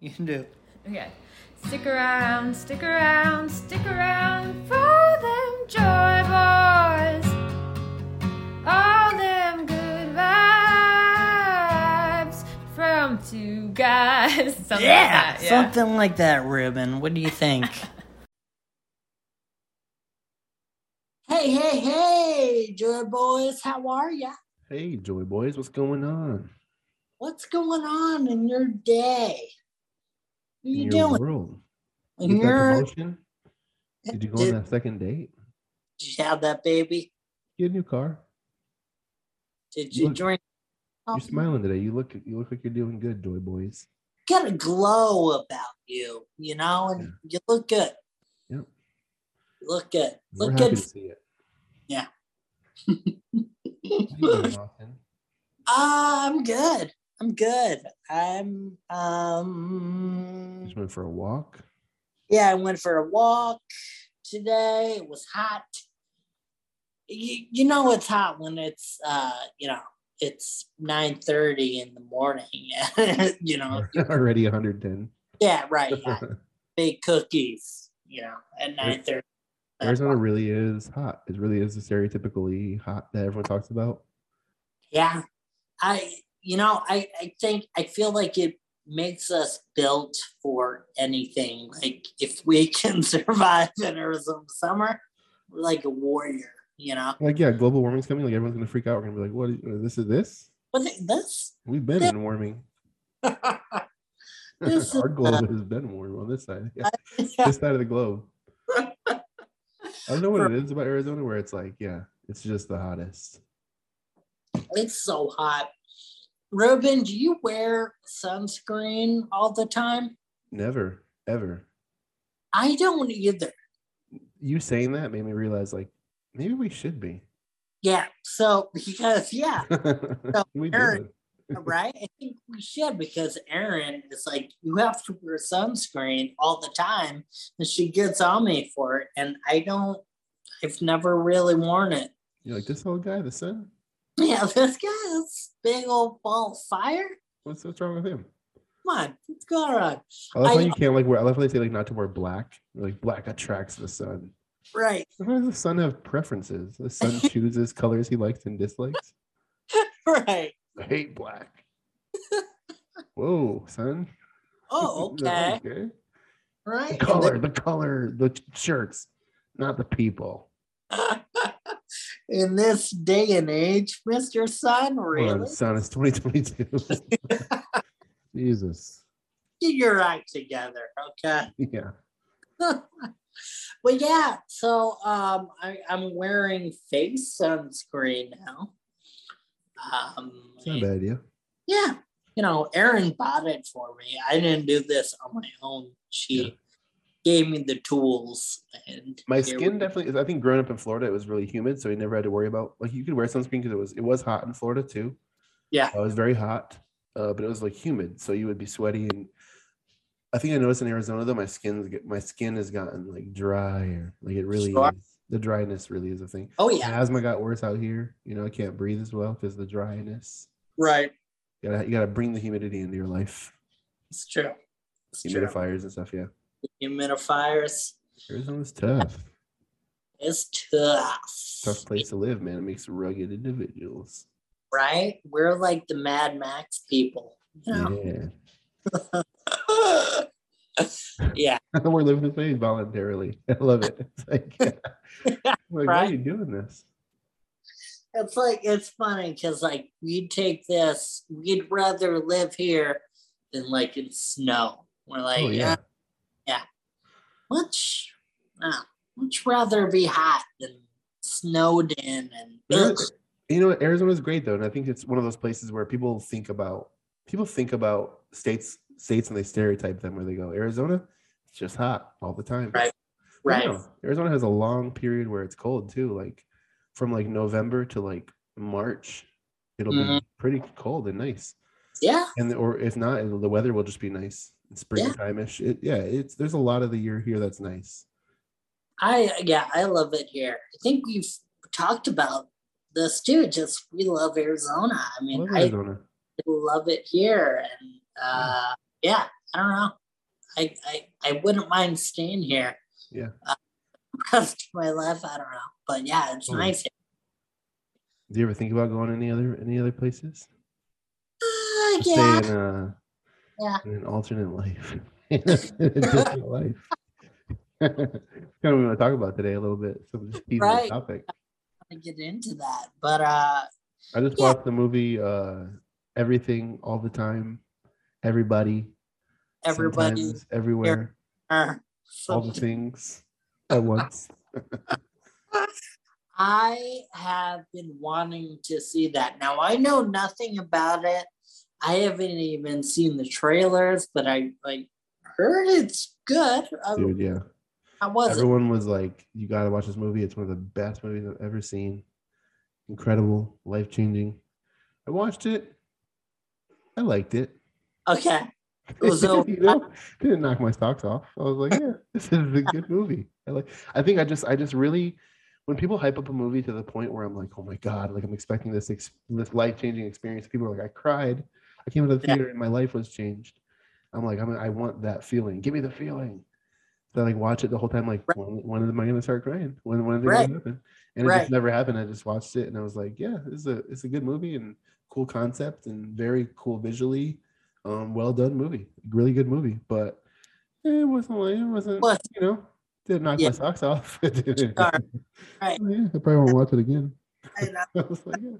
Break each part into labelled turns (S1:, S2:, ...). S1: You can do.
S2: Okay. Stick around, stick around, stick around for them joy boys. All them good vibes from two guys. Something like that,
S1: Something like that, Ruben. What do you think?
S3: Hey, hey, hey, Joy Boys, how are ya?
S4: Hey, Joy Boys, what's going on?
S3: What's going on in your day? What are
S4: in
S3: you
S4: your
S3: doing?
S4: world?
S3: In
S4: You got
S3: your-
S4: promotion? Did you go on
S3: Did-
S4: that second date?
S3: did you have that baby?
S4: Get a new car.
S3: Did you
S4: Look,
S3: drink? Oh, Um,
S4: You're smiling today. You look you look like you're doing good, Joy Boys.
S3: Got a glow about you, you know, and you look good.
S4: Yep.
S3: You look good.
S4: We're
S3: Look
S4: happy
S3: good.
S4: to see it.
S3: Yeah.
S4: How you doing, Austin?
S3: Ah, I'm good. I'm good. I'm
S4: Just
S3: um
S4: went for a walk.
S3: yeah, I went for a walk today. It was hot. You, you know it's hot when it's uh, you know, it's 9:30 in the morning. you know,
S4: Already 110.
S3: yeah, right. Uh, yeah. Big cookies, you know, at 9:30.
S4: Arizona really is hot. It really is the stereotypically hot that everyone talks about.
S3: Yeah. I you know, I I think I feel like it makes us built for anything. Like if we can survive in Arizona summer, we're like a warrior, you know.
S4: Like, yeah, global warming's coming. Like, everyone's gonna freak out. We're gonna be like, "What? Is, this is this?
S3: But th- this
S4: We've been in warming.
S3: This is
S4: Our
S3: not-
S4: globe has been warm on this side. Yeah. this side of the globe. I don't know what it is about Arizona where it's like, yeah, it's just the hottest.
S3: it's so hot. Ruben, do you wear sunscreen all the time?
S4: Never, ever.
S3: I don't either.
S4: You saying that made me realize, like, maybe we should be.
S3: Yeah. So because yeah,
S4: we
S3: Eric-
S4: did.
S3: right? I think we should because Erin is like, you have to wear sunscreen all the time, and she gets on me for it. And I don't, I've never really worn it.
S4: You're like this old guy, the sun.
S3: Yeah, this guy is big old ball of fire.
S4: What's what's wrong with him?
S3: Come on, what's going on?
S4: I love how
S3: I-
S4: you can't like wear. I love how they say like not to wear black. You're like black attracts the sun.
S3: Right,
S4: Why does the sun have preferences? The sun chooses colors he likes and dislikes.
S3: right.
S4: I hate black. Whoa, son.
S3: Oh, okay.
S4: okay. The
S3: Right.
S4: color, the color, the ch- shirts, not the people.
S3: In this day and age, Mr. Sun,
S4: Come on,
S3: really?
S4: son, it's 2022. Jesus.
S3: Get your act together, okay?
S4: Yeah.
S3: But yeah, so um, I, I'm wearing face sunscreen now. Um,
S4: It's not a bad idea.
S3: Yeah, you know, Erin bought it for me. I didn't do this on my own. She gave me the tools, and
S4: My
S3: here
S4: skin
S3: we-
S4: definitely is. I think growing up in Florida, it was really humid, so you never had to worry about like you could wear sunscreen because it was it was hot in Florida too.
S3: Yeah.
S4: it was very hot, uh, but it was like humid, so you would be sweaty. And I think I noticed in Arizona though, my skin's get, my skin has gotten like drier. Like it really
S3: Sure.
S4: is. The dryness really is a thing.
S3: Oh
S4: My
S3: yeah,
S4: asthma got worse out here. You know, I can't breathe as well because the dryness.
S3: right.
S4: You gotta, you gotta bring the humidity into your life.
S3: It's true. It's true.
S4: Humidifiers and stuff. Yeah,
S3: Humidifiers
S4: Arizona's tough.
S3: is tough.
S4: tough place to live, man. It makes rugged individuals.
S3: right? We're like the Mad Max people. You know?
S4: Yeah. We're living this way voluntarily. I love it. It's like, like, why are
S3: Right.
S4: you doing this?
S3: It's like it's funny because like we'd take this, we'd rather live here than like in snow. We're like,
S4: oh yeah.
S3: yeah, much, uh, much rather be hot than snowed in and
S4: There- You know what? Arizona's great though, and I think it's one of those places where people think about people think about states states and they stereotype them where they go Arizona, it's just hot all the time.
S3: Right,
S4: But
S3: right,
S4: no, Arizona has a long period where it's cold too, like from like November to like March, it'll
S3: Mhm.
S4: be pretty cold and nice.
S3: yeah,
S4: and the- or if not, it'll- the weather will just be nice, springtime ish. It, yeah, it's there's a lot of the year here that's nice.
S3: I yeah, I love it here. I think we've talked about this too. Just we love Arizona. I
S4: I
S3: mean,
S4: love
S3: I
S4: Arizona.
S3: love it here, and uh, yeah, I don't know. I I, I wouldn't mind staying here.
S4: Yeah.
S3: Uh, rest of my life, I don't know. But yeah, it's
S4: Totally.
S3: nice.
S4: Do you ever think about going any other any other places?
S3: Uh,
S4: To
S3: yeah.
S4: Stay in, a,
S3: Yeah.
S4: in an alternate life. in a different life. kind of what we want to talk about today a little bit. So we'll just teasing
S3: Right.
S4: the topic.
S3: to get into that. But uh
S4: I just
S3: Yeah.
S4: watched the movie uh Everything All the Time, Everybody,
S3: everybody
S4: Sometimes, Everywhere,
S3: uh,
S4: All the Things at Once.
S3: I have been wanting to see that. Now I know nothing about it. I haven't even seen the trailers, but I like heard it's good. I,
S4: Dude, yeah.
S3: I was not
S4: Everyone was like, "You gotta watch this movie. It's one of the best movies I've ever seen. Incredible, life changing." I watched it. I liked it.
S3: okay. It was so-
S4: you know, didn't knock my socks off. I was like, "Yeah, this is a good movie." I like. I think I just, I just really, when people hype up a movie to the point where I'm like, "Oh my god!" Like I'm expecting this ex- this life changing experience. People are like, "I cried. I came to the
S3: Yeah.
S4: theater and my life was changed." I'm like, I'm, I want that feeling. Give me the feeling. So I like watch it the whole time. Like,
S3: Right.
S4: when, when am I going to start crying? When when is it
S3: Right.
S4: going to happen? And it
S3: Right.
S4: just never happened. I just watched it and I was like, yeah, this is a it's a good movie and cool concept and very cool visually, um, well done movie. Really good movie, but it wasn't like it wasn't
S3: Well-
S4: you know didn't knock
S3: Yeah.
S4: my socks off. It didn't. Oh,
S3: Sure. Right.
S4: Yeah, I probably won't watch it again.
S3: And
S4: I was like, yeah.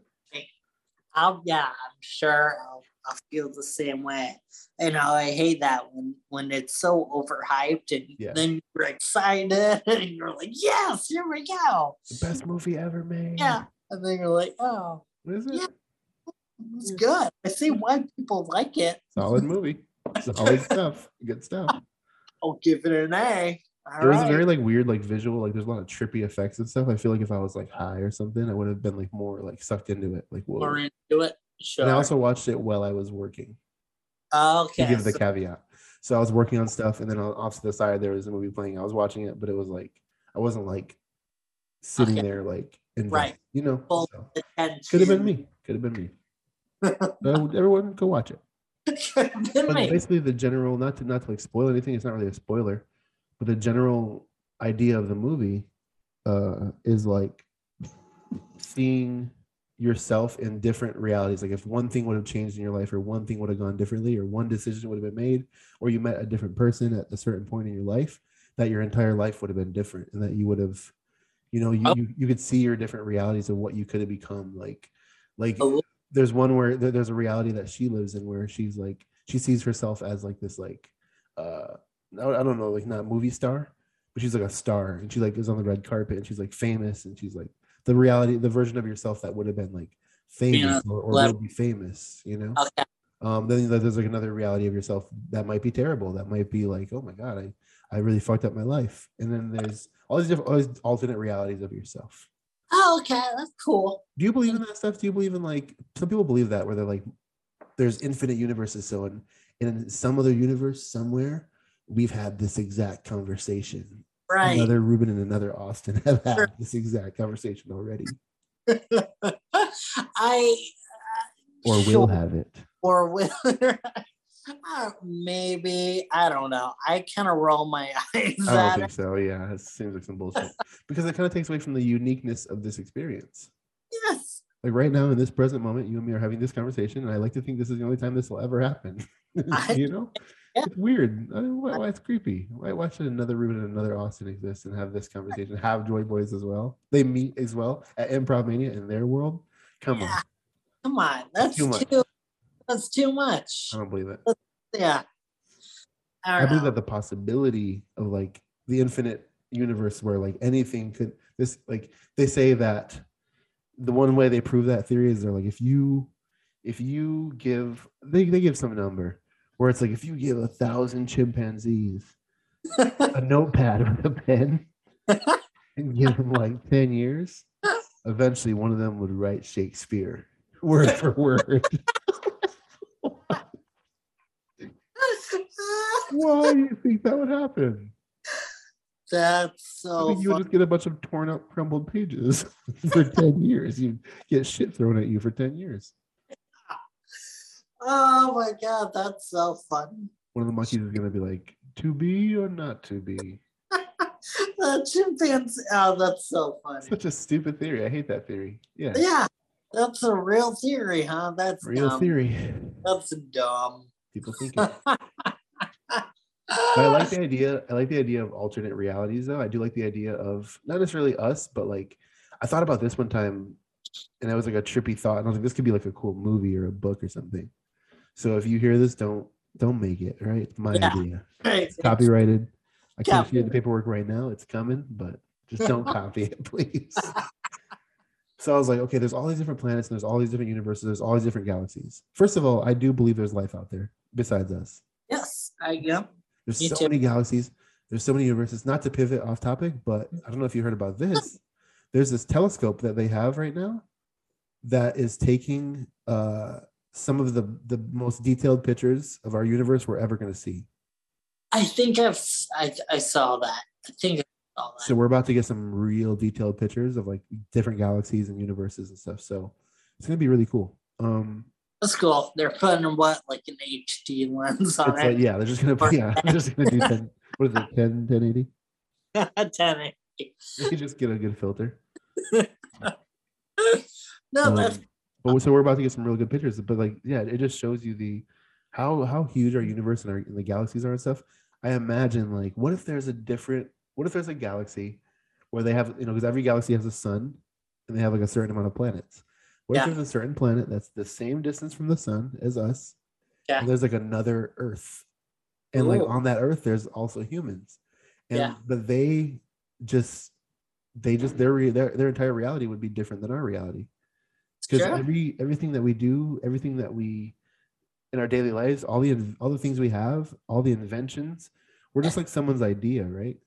S3: I'll yeah, I'm sure I'll, I'll feel the same way. You know, I hate that when when it's so overhyped and
S4: Yeah.
S3: then you're excited and you're like, yes, here we go.
S4: the best movie ever made.
S3: Yeah, and then you're like, oh,
S4: what is it?
S3: Yeah. it's good. I see why people like it.
S4: Solid movie. Solid stuff. Good stuff.
S3: I'll give it an A. All
S4: There was a
S3: right.
S4: very like weird like visual like there's a lot of trippy effects and stuff. I feel like if I was like high or something, I would have been like more like sucked into it. Like whoa.
S3: We're into it. Sure.
S4: And I also watched it while I was working
S3: okay.
S4: to give the
S3: so-
S4: caveat. So I was working on stuff, and then on- off to the side there was a movie playing. I was watching it, but it was like I wasn't like sitting
S3: Okay.
S4: there like invested,
S3: Right.
S4: You know,
S3: Well,
S4: so.
S3: attention.
S4: could have been me. Could have been me. But I would- everyone go watch it.
S3: Could have been
S4: But
S3: me.
S4: basically, the general not to not to like spoil anything. It's not really a spoiler, but the general idea of the movie uh, is like seeing yourself in different realities. Like if one thing would have changed in your life, or one thing would have gone differently, or one decision would have been made, or you met a different person at a certain point in your life, that your entire life would have been different, and that you would have, you know, you
S3: Oh.
S4: you, you could see your different realities of what you could have become. Like, like
S3: Oh.
S4: there's one where there- there's a reality that she lives in where she's like she sees herself as like this like uh I I don't know like not movie star but she's like a star and she like is on the red carpet and she's like famous and she's like the reality the version of yourself that would have been like famous or, or
S3: celeb-
S4: will be famous you know
S3: Okay.
S4: um then like, there's like another reality of yourself that might be terrible that might be like oh my god i i really fucked up my life and then there's all these different all these alternate realities of yourself
S3: Oh, okay. That's cool.
S4: do you believe in that stuff? Do you believe in like some people believe that where they're like, there's infinite universes. So in in some other universe somewhere, we've had this exact conversation.
S3: Right.
S4: Another Ruben and another Austin have had
S3: Sure.
S4: this exact conversation already,
S3: I uh,
S4: or will
S3: Sure.
S4: have it.
S3: or whether uh, maybe I don't know. I kind of roll my eyes
S4: I don't
S3: at
S4: think
S3: it.
S4: so. Yeah, it seems like some bullshit because it kind of takes away from the uniqueness of this experience.
S3: Yes,
S4: Like right now in this present moment, you and me are having this conversation, and I like to think this is the only time this will ever happen.
S3: I-
S4: you know,
S3: yeah.
S4: it's weird. I mean, why, why it's creepy? Why, why should another Ruben and another Austin exist and have this conversation? Have Joy Boys as well? They meet as well at Improv Mania in their world. Come on,
S3: Yeah. come on, that's
S4: Too
S3: too.
S4: much.
S3: that's too much.
S4: I don't believe it.
S3: Yeah. I,
S4: I
S3: don't
S4: believe
S3: know.
S4: that the possibility of like the infinite universe where like anything could this like they say that the one way they prove that theory is they're like if you if you give they, they give some number where it's like if you give a thousand chimpanzees a notepad with a pen and give them like 10 years eventually one of them would write shakespeare word for word why do you think that would happen
S3: that's
S4: I
S3: so
S4: think you would
S3: fun.
S4: just get a bunch of torn up, crumbled pages for 10 years. You get shit thrown at you for 10 years.
S3: Oh my god, that's so fun.
S4: one of the monkeys is gonna be like, to be or not to be.
S3: the chimpanzee. Oh, that's so funny.
S4: Such a stupid theory. I hate that theory. Yeah.
S3: Yeah, that's a real theory, huh? That's
S4: Real
S3: dumb.
S4: theory.
S3: That's dumb.
S4: People think it. But I like the idea. I like the idea of alternate realities, though. I do like the idea of not necessarily us, but like I thought about this one time, and it was like a trippy thought, and I was like, this could be like a cool movie or a book or something. So if you hear this, don't don't make it. Right, it's my
S3: Yeah.
S4: idea.
S3: Right.
S4: Copyrighted. I can't
S3: Copy.
S4: see the paperwork right now. It's coming, but just don't copy it, please. So I was like, okay, there's all these different planets, and there's all these different universes, there's all these different galaxies. First of all, I do believe there's life out there besides us.
S3: Yes, I am.
S4: There's
S3: Me
S4: so
S3: too.
S4: many galaxies. There's so many universes. Not to pivot off topic, but I don't know if you heard about this. There's this telescope that they have right now that is taking uh, some of the the most detailed pictures of our universe we're ever going to see.
S3: I think I've s- I, I saw that. I think I saw that.
S4: So we're about to get some real detailed pictures of like different galaxies and universes and stuff. So it's going to be really cool. Um,
S3: That's cool. They're putting what like an HD lens on
S4: it's like, yeah, they're just going to yeah, they're just going to do 10, what is it 10 1080?
S3: it. Tiny.
S4: You can just get a good filter.
S3: no, that's
S4: Um, but we- so we're about to get some real good pictures. But like, yeah, it just shows you the how how huge our universe and our and the galaxies are and stuff. I imagine like, what if there's a different? What if there's a galaxy where they have you know because every galaxy has a sun and they have like a certain amount of planets. What
S3: Yeah.
S4: if there's a certain planet that's the same distance from the sun as us?
S3: Yeah.
S4: And there's like another Earth, and like
S3: Ooh.
S4: on that Earth there's also humans, and
S3: Yeah.
S4: but they just they just their re- their their entire reality would be different than our reality because
S3: sure.
S4: every everything that we do, everything that we in our daily lives, all the in- all the things we have, all the inventions, we're just like someone's idea, right?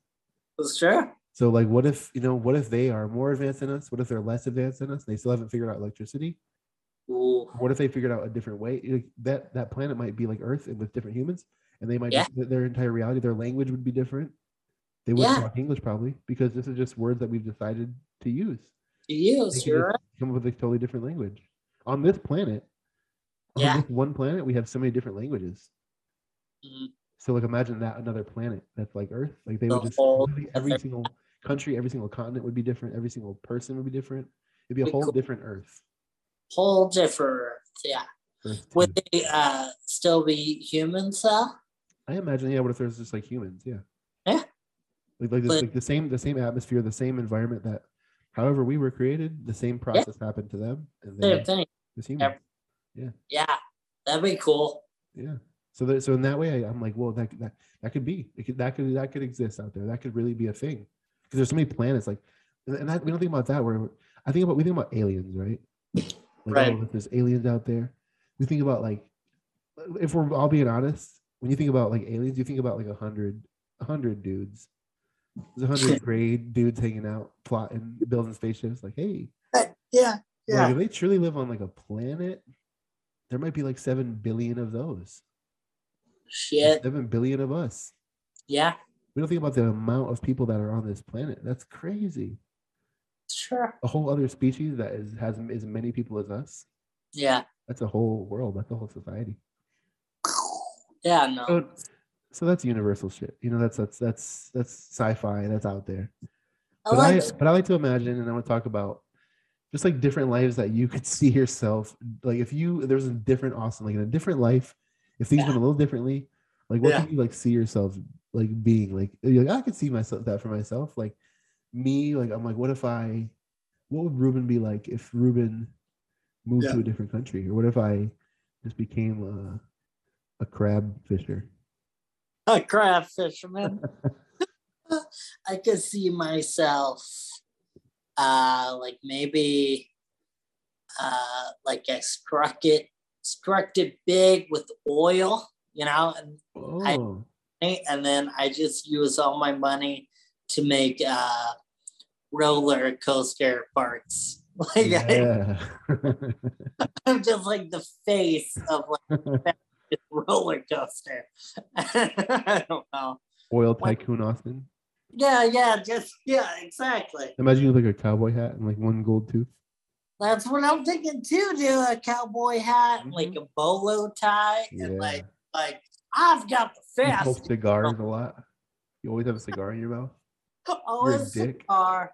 S3: sure.
S4: So like, what if you know, what if they are more advanced than us? What if they're less advanced than us? And they still haven't figured out electricity.
S3: Ooh.
S4: What if they figured out a different way? You know, That that planet might be like Earth and with different humans, and they might
S3: Yeah.
S4: just, their entire reality, their language would be different. They wouldn't
S3: Yeah.
S4: talk English probably because this is just words that we've decided to use
S3: To you,
S4: they could
S3: you're right.
S4: just come up with a totally different language on this planet. On
S3: Yeah.
S4: this one planet, we have so many different languages.
S3: Mhm.
S4: So, like, imagine that another planet that's like Earth. Like, they
S3: The
S4: would just
S3: whole
S4: literally every
S3: other-
S4: single country, every single continent would be different. Every single person would be different. It'd be a
S3: We
S4: whole
S3: could-
S4: different Earth.
S3: Whole different. Yeah.
S4: Earth
S3: Would
S4: too.
S3: they uh, still be humans though?
S4: I imagine, yeah. What if there's just like humans? Yeah.
S3: Yeah.
S4: Like, like, this,
S3: But-
S4: like the same, the same atmosphere, the same environment that, however we were created, the same process happened to them, and
S3: Same
S4: then
S3: thing.
S4: this human.
S3: Yeah, that'd be cool.
S4: Yeah. So that so in that way, I, I'm like, well, that that that could be, it could, that could that could exist out there. That could really be a thing because there's so many planets. Like, and- and I, we don't think about that. Where I think about we think about aliens, right? Like,
S3: Right.
S4: oh, if there's aliens out there, we think about like, if we're all being honest, when you think about like aliens, you think about like a hundred, a hundred dudes. There's a hundred grade dudes hanging out, plotting, building spaceships. Like, hey,
S3: Yeah,
S4: yeah. Like, if they truly live on like a planet, there might be like seven billion of those. There's
S3: Shit.
S4: Seven billion of us.
S3: Yeah,
S4: We don't think about the amount of people that are on this planet. That's crazy.
S3: sure.
S4: A whole other species that is has m- as many people as us.
S3: Yeah,
S4: That's a whole world. That's a whole society.
S3: yeah. No,
S4: So, so that's universal shit. You know, that's that's that's that's sci-fi. That's out there.
S3: Oh, I
S4: but,
S3: like.
S4: I, but I like to imagine, and I want to talk about just like different lives that you could see yourself. Like if you there's a different Austin, like in a different life, if things
S3: Yeah.
S4: went a little differently, like what
S3: Yeah.
S4: could you like see yourself like being like you're like I could see myself that for myself. Like me, like I'm like, what if I what would Ruben be like if Ruben moved
S3: Yeah.
S4: to a different country? Or what if I just became a a crab fisher?
S3: a crab fisherman. I could see myself uh like maybe uh like I struck it struck it big with oil, you know, and
S4: Oh
S3: and then I just use all my money to make uh roller coaster parts. Like I,
S4: yeah.
S3: I'm just like the face of like a roller coaster. I don't know.
S4: Oil
S3: What-
S4: tycoon Austin.
S3: Yeah, yeah, just yeah, exactly.
S4: Imagine you have like a cowboy hat and like one gold tooth.
S3: That's what I'm thinking too, dude. A cowboy hat, and like a bolo tie, and
S4: Mm-hmm. Yeah.
S3: like like I've got the
S4: You smoke
S3: fast.
S4: cigars a lot. You always have a cigar in your mouth.
S3: Always
S4: you're a dick.
S3: cigar.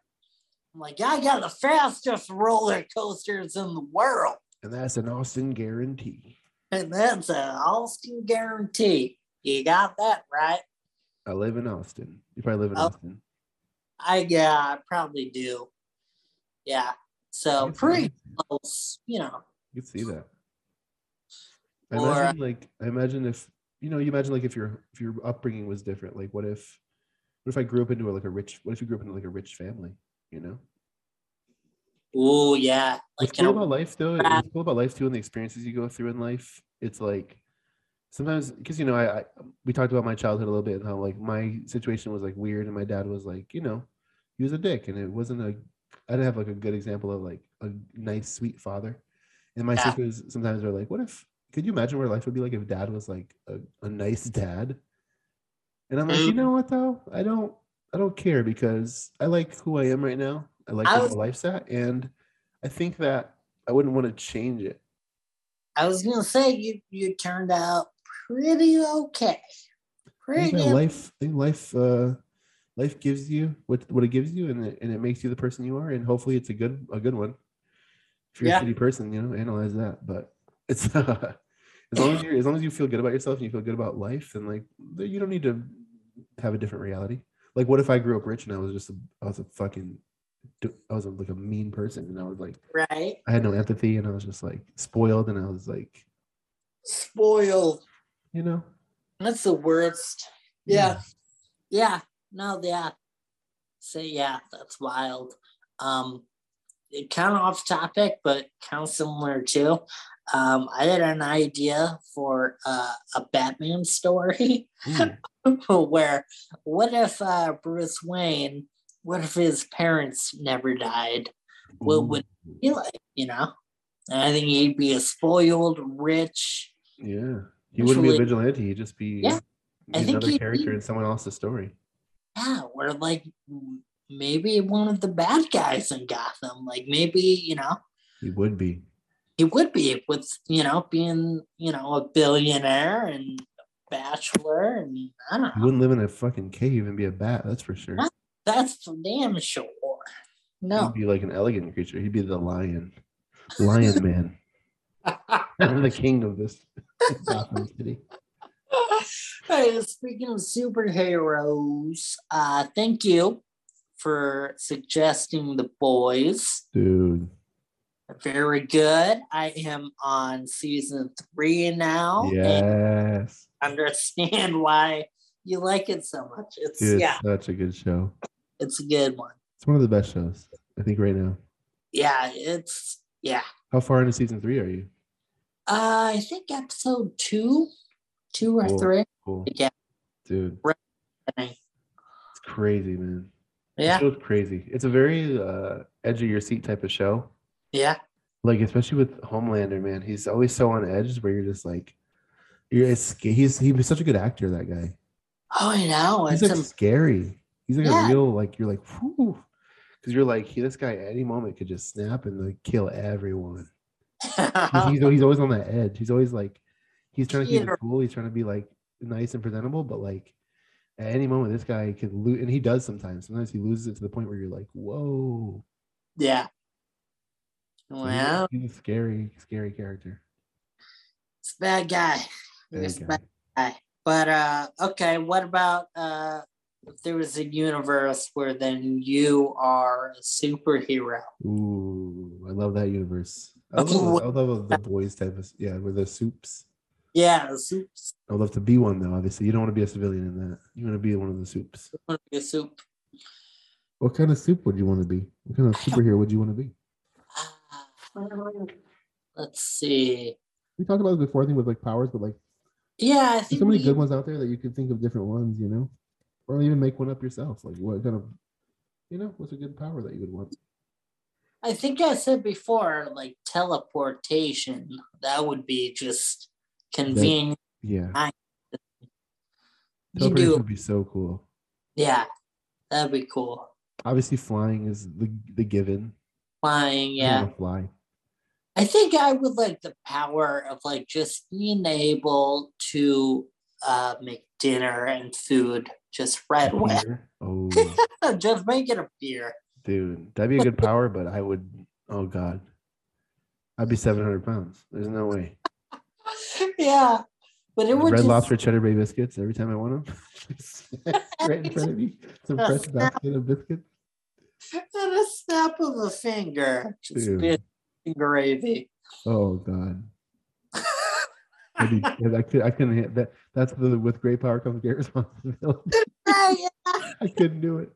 S3: I'm like, I got the fastest roller coasters in the world.
S4: And that's an Austin guarantee.
S3: And that's an Austin guarantee. You got that right.
S4: I live in Austin. You probably live in
S3: Oh,
S4: Austin.
S3: I yeah, I probably do. Yeah. So
S4: Yes,
S3: pretty
S4: yes.
S3: close, you know.
S4: You could see that. I
S3: Or- uh,
S4: imagine like I imagine if you know you imagine like if your if your upbringing was different like what if what if I grew up into a, like a rich what if you grew up into like a rich family you know
S3: Oh yeah.
S4: what's
S3: Like
S4: cool
S3: you know,
S4: about life though
S3: Uh,
S4: what's cool about life too and the experiences you go through in life it's like sometimes because you know I, I we talked about my childhood a little bit and how like my situation was like weird and my dad was like you know he was a dick and it wasn't a i didn't have like a good example of like a nice sweet father and my
S3: Yeah.
S4: sisters sometimes are like what if could you imagine where life would be like if dad was like a, a nice dad and i'm like you
S3: Mm.
S4: know what though i don't i don't care because i like who i am right now i like
S3: I
S4: where
S3: was-
S4: my life's at and i think that i wouldn't want to change it
S3: I was gonna say you you turned out pretty okay.
S4: I think
S3: Pretty
S4: that life I think life uh life gives you what what it gives you and it, and it makes you the person you are and hopefully it's a good a good one if you're
S3: Yeah.
S4: a shitty person you know analyze that but it's uh, as long as you as long as you feel good about yourself and you feel good about life then like th- you don't need to have a different reality like what if i grew up rich and i was just a, i was a fucking d- i was a, like a mean person and i was like
S3: right.
S4: i had no empathy and i was just like spoiled and i was like
S3: Spoiled.
S4: you know
S3: That's the worst. Yeah. Yeah. No, yeah. So yeah, that's wild. Um it kind of off topic, but kind of similar too. Um, I had an idea for uh, a Batman story.
S4: Mm.
S3: where what if uh, Bruce Wayne, what if his parents never died? What would
S4: Ooh.
S3: it be like, you know? And I think he'd be a spoiled, rich.
S4: Yeah. He wouldn't be a
S3: Usually-
S4: vigilante. He'd just be
S3: Yeah. I think
S4: another
S3: he'd
S4: character
S3: be-
S4: in someone else's story.
S3: Yeah, or like m- maybe one of the bad guys in Gotham. Like maybe, you know,
S4: He would be.
S3: he would be with, you know, being, you know, a billionaire and bachelor and I don't
S4: He
S3: know.
S4: wouldn't live in a fucking cave and be a bat, that's for sure.
S3: No, That's for damn sure. No.
S4: He'd be like an elegant creature. He'd be the lion. Lion man. the king of this Gotham city.
S3: Hey, speaking of superheroes, uh, thank you for suggesting the boys.
S4: Dude.
S3: Very good. I am on season three now. And
S4: yes.
S3: understand why you like it so much. It's
S4: Dude, it's
S3: yeah,
S4: such a good show.
S3: it's a good one.
S4: It's one of the best shows, I think, right now.
S3: Yeah, it's yeah.
S4: How far into season three are you?
S3: Uh, I think episode two, two or
S4: Cool.
S3: three.
S4: Cool.
S3: Yeah.
S4: Dude.
S3: Right.
S4: It's crazy, man.
S3: Yeah,
S4: It's crazy. It's a very uh, edge of your seat type of show.
S3: yeah,
S4: Like especially with Homelander, man, he's always so on edge where you're just like, you're it's, sc- he's he was such a good actor. That guy.
S3: Oh, I know.
S4: He's
S3: It's
S4: like
S3: a,
S4: scary. He's like a
S3: Yeah.
S4: real like you're like, because you're like he, this guy at any moment could just snap and like kill everyone. He's, he's,
S3: Oh.
S4: he's always on that edge. He's always like, he's trying to keep it
S3: Peter.
S4: cool. He's trying to be like nice and presentable, but like at any moment this guy could lose, and he does sometimes. Sometimes he loses it to the point where you're like, whoa.
S3: yeah.
S4: So
S3: Well.
S4: he's- he's, a scary, scary character.
S3: It's a bad guy.
S4: Bad
S3: It's a
S4: guy.
S3: bad guy. But uh okay, what about uh if there was a universe where then you are a superhero?
S4: Ooh, I love that universe. I love,
S3: Okay, what-
S4: I love the boys type of yeah, where the soups.
S3: Yeah, a soup
S4: I would love to be one though. Obviously, you don't want to be a civilian in that. You want to be one of the soups.
S3: a soup.
S4: What kind of soup would you want to be? What kind of superhero would you want to be?
S3: Ah, Let's see.
S4: We talked about this before, I think, with like powers, but like
S3: Yeah, I
S4: there's
S3: think
S4: so many
S3: we-
S4: good ones out there that you could think of different ones, you know, or even make one up yourself. Like what kind of, you know, what's a good power that you would want?
S3: I think I said before, like teleportation. That would be just convenient.
S4: Yeah,
S3: You
S4: teleportation
S3: do
S4: would be so cool.
S3: yeah, that'd be cool.
S4: Obviously, flying is the the given.
S3: Flying,
S4: I
S3: yeah.
S4: wanna fly.
S3: I think I would like the power of like just being able to uh, make dinner and food just right away.
S4: Beer. Oh,
S3: just make it a beer.
S4: dude, that'd be a good power, but I would. Oh God, I'd be seven hundred pounds. There's no way.
S3: yeah, but it would
S4: Red
S3: just,
S4: Lobster cheddar bay biscuits every time I want them. right in front of me, some
S3: Oh,
S4: fresh basket of biscuits.
S3: at a snap of a finger, just
S4: Dude.
S3: be a gravy.
S4: Oh God, That'd be- I could. I couldn't. hit That that's the with great power comes great responsibility.
S3: Right,
S4: I couldn't do it.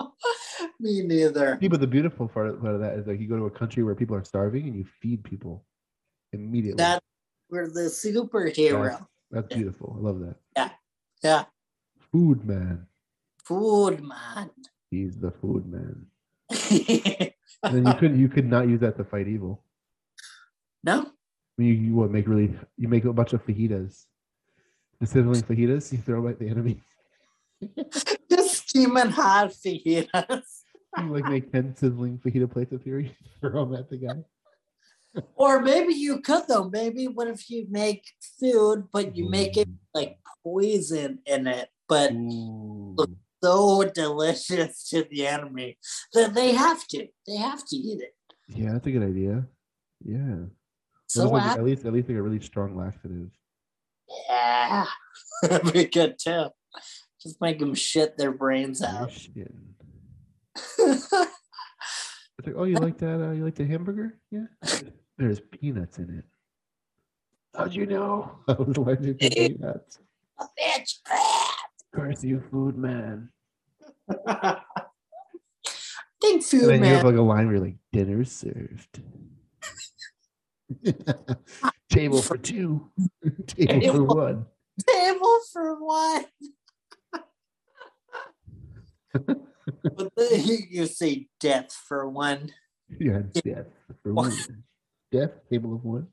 S3: yeah. Me neither.
S4: See, but the beautiful part of, part of that is like you go to a country where people are starving and you feed people immediately.
S3: That we're the superhero.
S4: That's beautiful. I love that.
S3: Yeah. Yeah.
S4: Food man.
S3: Food man.
S4: He's the food man. And then you could you could not use that to fight evil.
S3: no,
S4: I mean, you, you would make really you make a bunch of fajitas. Instead of like fajitas, you throw them at the enemy.
S3: just steaming hot fajitas,
S4: You like make ten sizzling fajita plates of fury, throw them at the guy.
S3: or maybe you could though. Maybe what if you make food, but you make
S4: Mm-hmm.
S3: it like poison in it, but
S4: Ooh.
S3: so delicious to the enemy that they have to, they have to eat it.
S4: Yeah, that's a good idea. Yeah. Or
S3: So
S4: like,
S3: I,
S4: at least at least like a really strong laxative.
S3: yeah, that'd be good too. Just make them shit their brains out.
S4: Shit. It's like, oh, you like that? Uh, you like the hamburger? Yeah. There's peanuts in it. How'd you know? I was allergic to peanuts.
S3: Bitch.
S4: Curse you, food man.
S3: I think
S4: And
S3: food
S4: then you have
S3: man.
S4: like a line where you're like, dinner served. Table for two. Table for one.
S3: Table for one. but then you- you say death for one.
S4: Yeah, death for one. Death, table of one.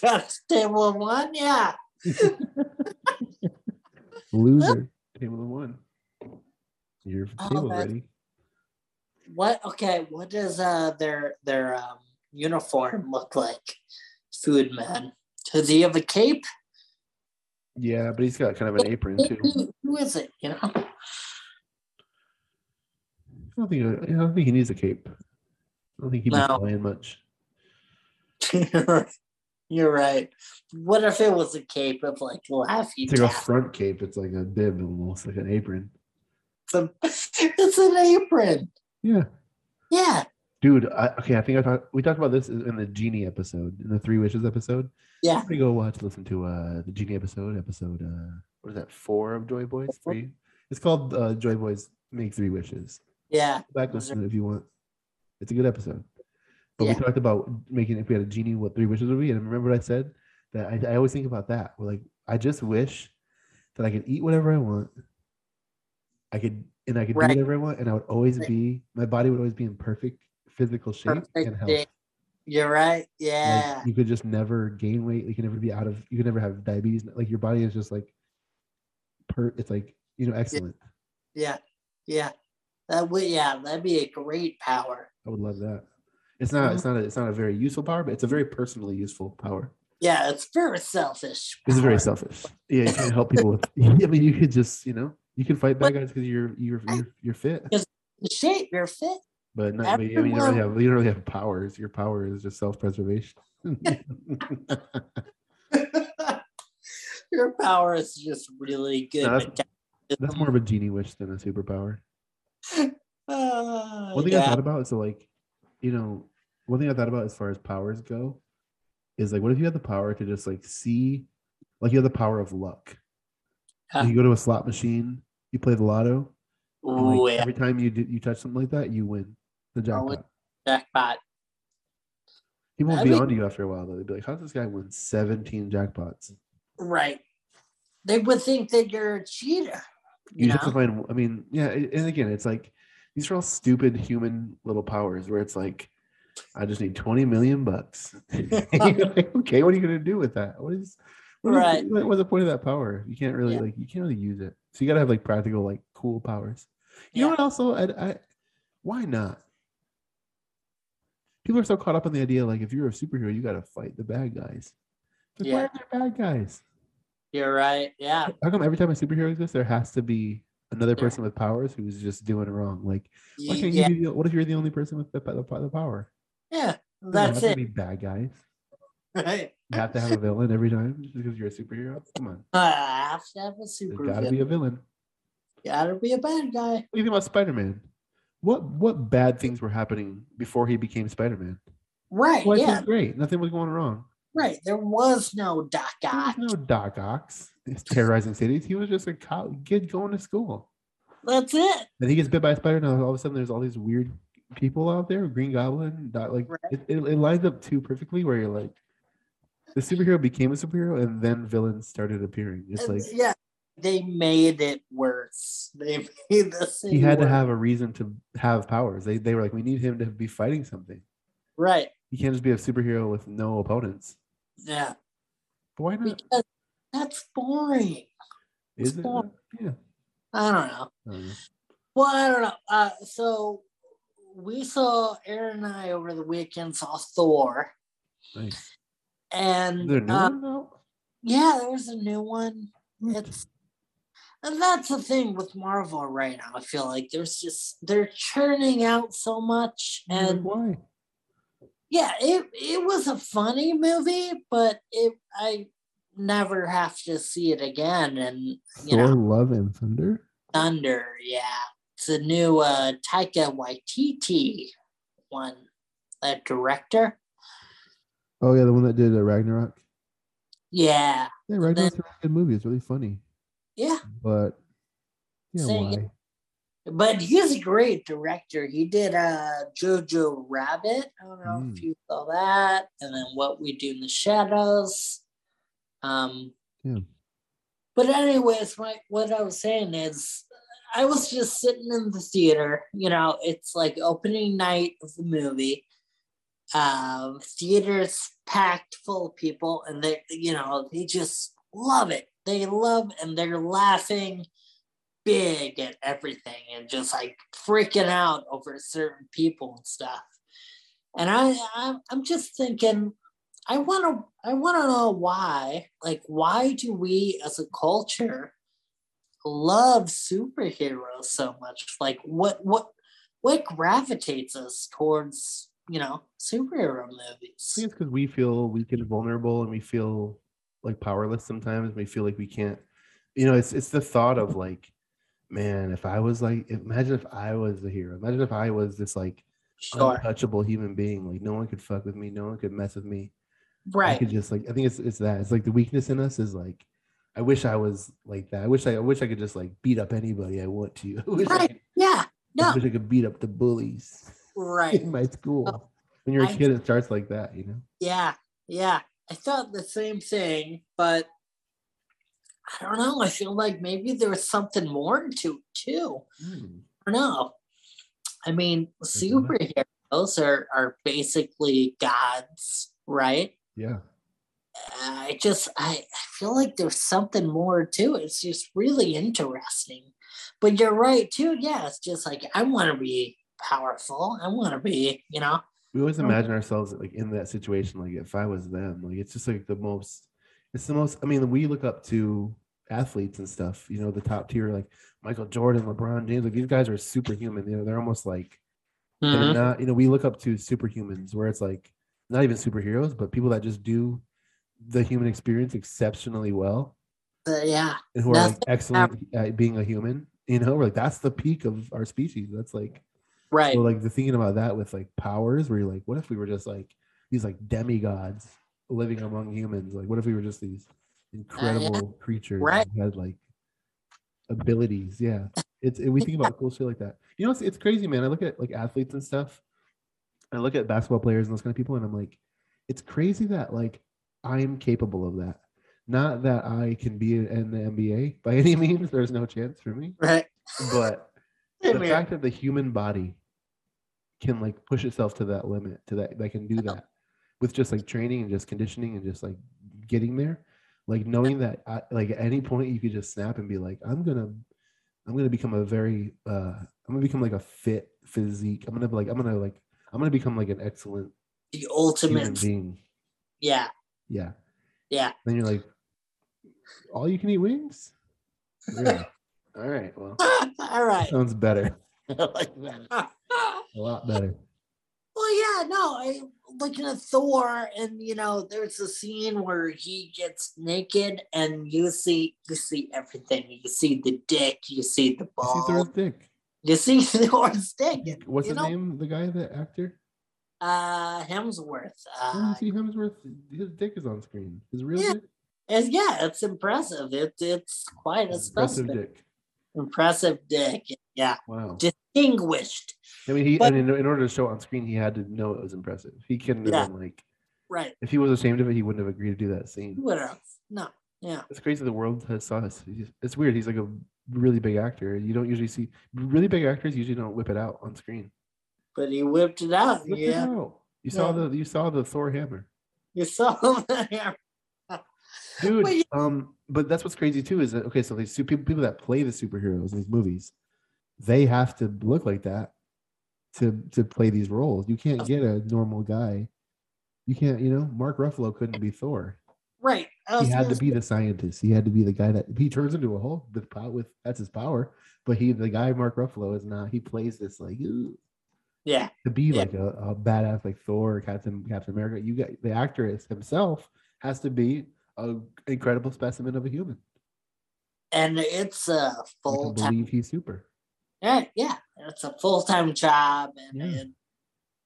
S3: Death table of one, yeah.
S4: Loser, table of one. You're
S3: Oh,
S4: table
S3: that's-
S4: ready.
S3: What okay, what does uh their their um uniform look like? Food man. Does he have a cape?
S4: Yeah, but he's got kind of an apron too.
S3: Who, who is it? You know?
S4: I don't think I don't think he needs a cape. I don't think he's
S3: No.
S4: playing much.
S3: You're right. What if it was a cape of like Laffy
S4: It's like a
S3: Taffy?
S4: front cape. It's like a bib almost, like an apron.
S3: It's an apron.
S4: Yeah,
S3: Yeah.
S4: dude. I, okay, I think I talked. We talked about this in the genie episode, in the three wishes episode.
S3: Yeah.
S4: Everybody go watch, listen to uh the genie episode, episode uh what is that? Four of Joy Boys.
S3: Four.
S4: Three. It's called uh, Joy Boys Make Three Wishes.
S3: Yeah.
S4: Go back listen to it if you want. It's a good episode. But
S3: Yeah.
S4: we talked about making if we had a genie, what three wishes would be. And remember what I said? That I, I always think about that. We're like, I just wish that I could eat whatever I want. I could and I could
S3: Right.
S4: do whatever I want, and I would always
S3: Right.
S4: be my body would always be in perfect physical shape and
S3: Perfect
S4: health.
S3: day. You're right.
S4: Like,
S3: Yeah.
S4: you could just never gain weight. You can never be out of. You can never have diabetes. Like your body is just like, per. It's like you know, excellent.
S3: yeah. Yeah. That would yeah, that'd be a great power.
S4: I would love that. It's not. It's not. A, it's not a very useful power, but it's a very personally useful power.
S3: Yeah, it's very selfish.
S4: It's very
S3: power.
S4: selfish. Yeah, you can help people with. I mean, you could just you know you can fight bad guys because you're you're you're you're fit,
S3: shape, you're fit.
S4: but not. But, I mean, you don't really have you don't really have powers. Your power is just self preservation.
S3: Your power is just really good.
S4: No, that's- That's
S3: metabolism.
S4: more of a genie wish than a superpower.
S3: Uh,
S4: One thing I
S3: yeah.
S4: thought about so like, you know, one thing I thought about as far as powers go is like, what if you had the power to just like see, like you have the power of luck.
S3: Yeah.
S4: You go to a slot machine, you play the lotto, and, like,
S3: Ooh, yeah. Oh,
S4: every time you do, you touch something like that, you win the
S3: Always.
S4: jackpot.
S3: jackpot.
S4: People will
S3: I
S4: be
S3: mean-
S4: on to you after a while though. They'd be like, how does this guy win 17 jackpots?
S3: Right. They would think that you're a cheater.
S4: You
S3: You
S4: just have
S3: know?
S4: to find. I mean, yeah, a- and again, it's like these are all stupid human little powers where it's like, I just need twenty million bucks. You're like, okay, what are you gonna do with that? What is, what is-
S3: Right.
S4: what- what's the point of that power? You can't really
S3: Yeah.
S4: like, you can't really use it. So you gotta have like practical, like cool powers. You know
S3: Yeah.
S4: what? Also, I, I, why not? People are so caught up in the idea like if you're a superhero, you gotta fight the bad guys. Like,
S3: Yeah.
S4: Why are there bad guys?
S3: You're right. Yeah.
S4: How come every time a superhero exists, there has to be another
S3: There-
S4: person with powers who's just doing it wrong? Like, why can't
S3: yeah.
S4: you be the, what if you're the only person with the, the, the power?
S3: yeah.
S4: You don't
S3: That's
S4: have to
S3: it.
S4: Be bad guys.
S3: Right.
S4: You have to have a villain every time just because you're a superhero. Come on,
S3: I have to have a
S4: there's
S3: super
S4: got to
S3: villain.
S4: be a villain.
S3: gotta be a bad guy.
S4: What do you think about Spider-Man? What what bad things were happening before he became Spider-Man?
S3: Right.
S4: Life
S3: yeah.
S4: was great. Nothing was going wrong.
S3: Right. There was no Doc
S4: There was
S3: Ock.
S4: no Doc Ock's terrorizing cities. He was just a co- kid going to school.
S3: That's it.
S4: Then he gets bit by a spider, and all of a sudden there's all these weird people out there, Green Goblin. Doc, like
S3: Right.
S4: it, it, it lines up too perfectly, where you're like, the superhero became a superhero, and then villains started appearing. It's
S3: And,
S4: like
S3: yeah. They made it worse. They made the city.
S4: he had to
S3: worse.
S4: have a reason to have powers. They they were like, we need him to be fighting something.
S3: Right.
S4: He can't just be a superhero with no opponents.
S3: Yeah.
S4: But why not?
S3: Because that's boring.
S4: Is it?
S3: cool.
S4: Yeah. Oh,
S3: I don't know.
S4: I don't know.
S3: Well, I don't know. Uh, so we saw Aaron and I over the weekend saw Thor,
S4: Nice. Is
S3: and
S4: there a new
S3: uh,
S4: one Hmm. now?
S3: yeah, there's a new one. It's and that's the thing with Marvel right now. I feel like there's just they're churning out so much,
S4: Like,
S3: and
S4: why?
S3: yeah, it it was a funny movie, but it I never have to see it again. And you
S4: Thor:
S3: know,
S4: Love and Thunder.
S3: Thunder, yeah, it's a new uh, Taika Waititi one, that director.
S4: Oh yeah, the one that did uh, Ragnarok.
S3: Yeah,
S4: Yeah, Ragnarok's a really good movie. It's really funny.
S3: yeah,
S4: but yeah,
S3: So, yeah.
S4: why?
S3: but he's a great director. He did uh Jojo Rabbit. I don't know
S4: Mm.
S3: if you saw that, and then What We Do in the Shadows. Um,
S4: Yeah.
S3: but anyways, my what I was saying is, I was just sitting in the theater. You know, it's like opening night of the movie. Um, theaters packed full of people, and they, you know, they just love it. They love and they're laughing big at everything and just like freaking out over certain people and stuff. And I, I'm, I'm just thinking, I want to, I want to know why. Like, why do we as a culture love superheroes so much? Like, what, what, what gravitates us towards, you know, superhero
S4: I think
S3: movies?
S4: it's because we feel weak and vulnerable, and we feel like powerless sometimes. We feel like we can't. You know, it's it's the thought of like, man, if I was like, imagine if I was the hero. Imagine if I was this like
S3: Sure,
S4: untouchable human being. Like no one could fuck with me. No one could mess with me. I
S3: right,
S4: could just like. I think it's it's that. It's like the weakness in us is like. I wish I was like that. I wish I, I wish I could just like beat up anybody I want to. I wish, I,
S3: right,
S4: could,
S3: yeah,
S4: I
S3: no,
S4: wish I could beat up the bullies.
S3: right. Oh,
S4: in my school. When you're a
S3: I-
S4: kid, it starts like that, you know.
S3: Yeah, yeah. I thought the same thing, but I don't know. I feel like maybe there was something more to it too. I don't know. I mean,
S4: don't know.
S3: superheroes are, are basically gods, right?
S4: Yeah,
S3: I just I, I feel like there's something more to it. It's just really interesting. But you're right too. Yeah, it's just like I want to be powerful. I want to be, you know,
S4: we always
S1: Oh.
S4: imagine ourselves like in that situation. Like if I was them, like it's just like the most. It's the most. I mean, we look up to athletes and stuff. You know, the top tier, like Michael Jordan, LeBron James. Like these guys are superhuman. You know, they're almost like
S3: Mm-hmm.
S4: they're not. You know, we look up to superhumans, where it's like not even superheroes, but people that just do the human experience exceptionally well.
S3: But Uh, yeah,
S4: and who are like
S3: Nothing
S4: excellent at being a human. You know, we're like that's the peak of our species. That's like
S3: right.
S4: so like the thinking about that with like powers, where you're like, what if we were just like these like demigods living among humans? Like, what if we were just these incredible creatures
S3: Uh, Right.
S4: who had like abilities? Yeah, it's it, we think about cool shit like that. You know, it's it's crazy, man. I look at like athletes and stuff. I look at basketball players and those kind of people, and I'm like, it's crazy that like I am capable of that. Not that I can be in the NBA by any means. There's no chance for me,
S3: right.
S4: but
S3: Come
S4: the
S3: here.
S4: fact that the human body can like push itself to that limit to that that can do that with just like training and just conditioning and just like getting there like knowing that I, like at any point you could just snap and be like i'm gonna i'm gonna become a very uh i'm gonna become like a fit physique i'm gonna be like i'm gonna like i'm gonna become like an excellent
S3: the
S4: human
S3: ultimate
S4: being
S3: yeah
S4: yeah
S3: yeah
S4: then you're like all you can eat wings. Really? all right. Well,
S3: All right.
S4: sounds better.
S3: I like that.
S4: A lot better.
S3: Well, yeah, no, I looking at Thor, and you know, there's a scene where he gets naked, and you see you see everything. You see the dick, you see the
S4: You see Thor's
S3: ball,
S4: dick.
S3: you see Thor's dick. and,
S4: What's
S3: you
S4: his
S3: know,
S4: name? The guy, the actor.
S3: Uh, Hemsworth. Uh,
S4: you see Hemsworth. His dick is on screen. His real
S3: Yeah,
S4: dick.
S3: and yeah, it's impressive. It, it's quite a
S4: Impressive
S3: specimen.
S4: dick.
S3: Impressive dick. Yeah,
S4: Wow.
S3: distinguished.
S4: I mean, he.
S1: But-
S4: and in, in order to show it on screen, he had to know it was impressive. He couldn't
S3: Yeah.
S4: have been like.
S3: Right.
S4: If he was ashamed of it, he wouldn't have agreed to do that scene.
S3: What else? No. Yeah.
S4: It's crazy the world has saw us. He's- It's weird. He's like a really big actor. You don't usually see really big actors. Usually don't whip it out on screen.
S3: But he whipped it out.
S4: Whip it
S3: yeah.
S4: out. You saw
S3: Yeah.
S4: the you saw the Thor hammer.
S3: You saw him.
S4: dude.
S3: Well, yeah.
S4: Um, but that's what's crazy too is that okay, so these su- people, people that play the superheroes in these movies, they have to look like that to to play these roles. You can't get a normal guy. You can't, you know, Mark Ruffalo couldn't be Thor.
S3: right. I was
S4: He had
S3: gonna
S4: to be the scientist. He had to be the guy that he turns into a Hulk with pow- with that's his power. But he, the guy Mark Ruffalo is not. He plays this like "Ooh."
S3: Yeah.
S4: to be
S3: Yeah.
S4: like a, a badass like Thor or Captain Captain America. You got the actor is himself has to be a incredible specimen of a human.
S3: And it's a
S4: You can
S3: full time.
S4: believe he's super.
S3: Yeah, yeah. It's a full time job. And,
S4: Yeah.
S3: and,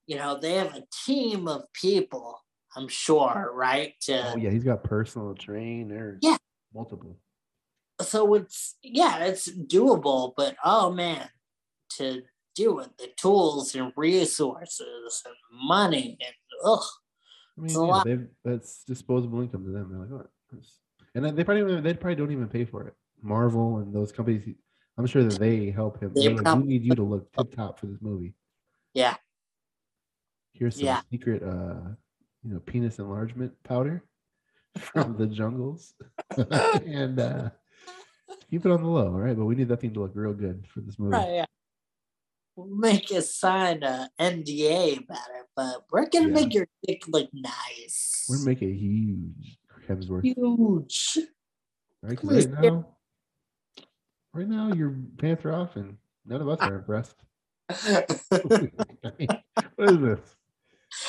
S3: you know, they have a team of people, I'm sure, right? To,
S4: Oh yeah, he's got personal trainers.
S3: Yeah.
S4: multiple.
S3: So it's, yeah, it's doable. But oh man, to do it, the tools and resources and money and, ugh.
S4: I
S3: It's
S4: mean,
S3: a
S4: yeah,
S3: lot.
S4: they've- that's disposable income to them. They're like, oh, that's-" and then they probably don't even- they probably don't even pay for it. Marvel and those companies, I'm sure that they help him.
S3: They
S4: They're like,
S3: prob-
S4: we need you to look tip top for this movie.
S3: Yeah.
S4: Here's some
S3: Yeah.
S4: secret, uh, you know, penis enlargement powder from the jungles, and uh, keep it on the low, all right? But we need that thing to look real good for this movie.
S3: Right, yeah. We'll make you sign a NDA about it, but we're gonna
S4: Yeah.
S3: make your dick look nice.
S4: We're gonna make it huge, Hemsworth.
S3: huge.
S4: Right, 'Cause
S3: Please
S4: right
S3: do.
S4: now, right now your pants are off, and none of us are impressed. I mean, what is this?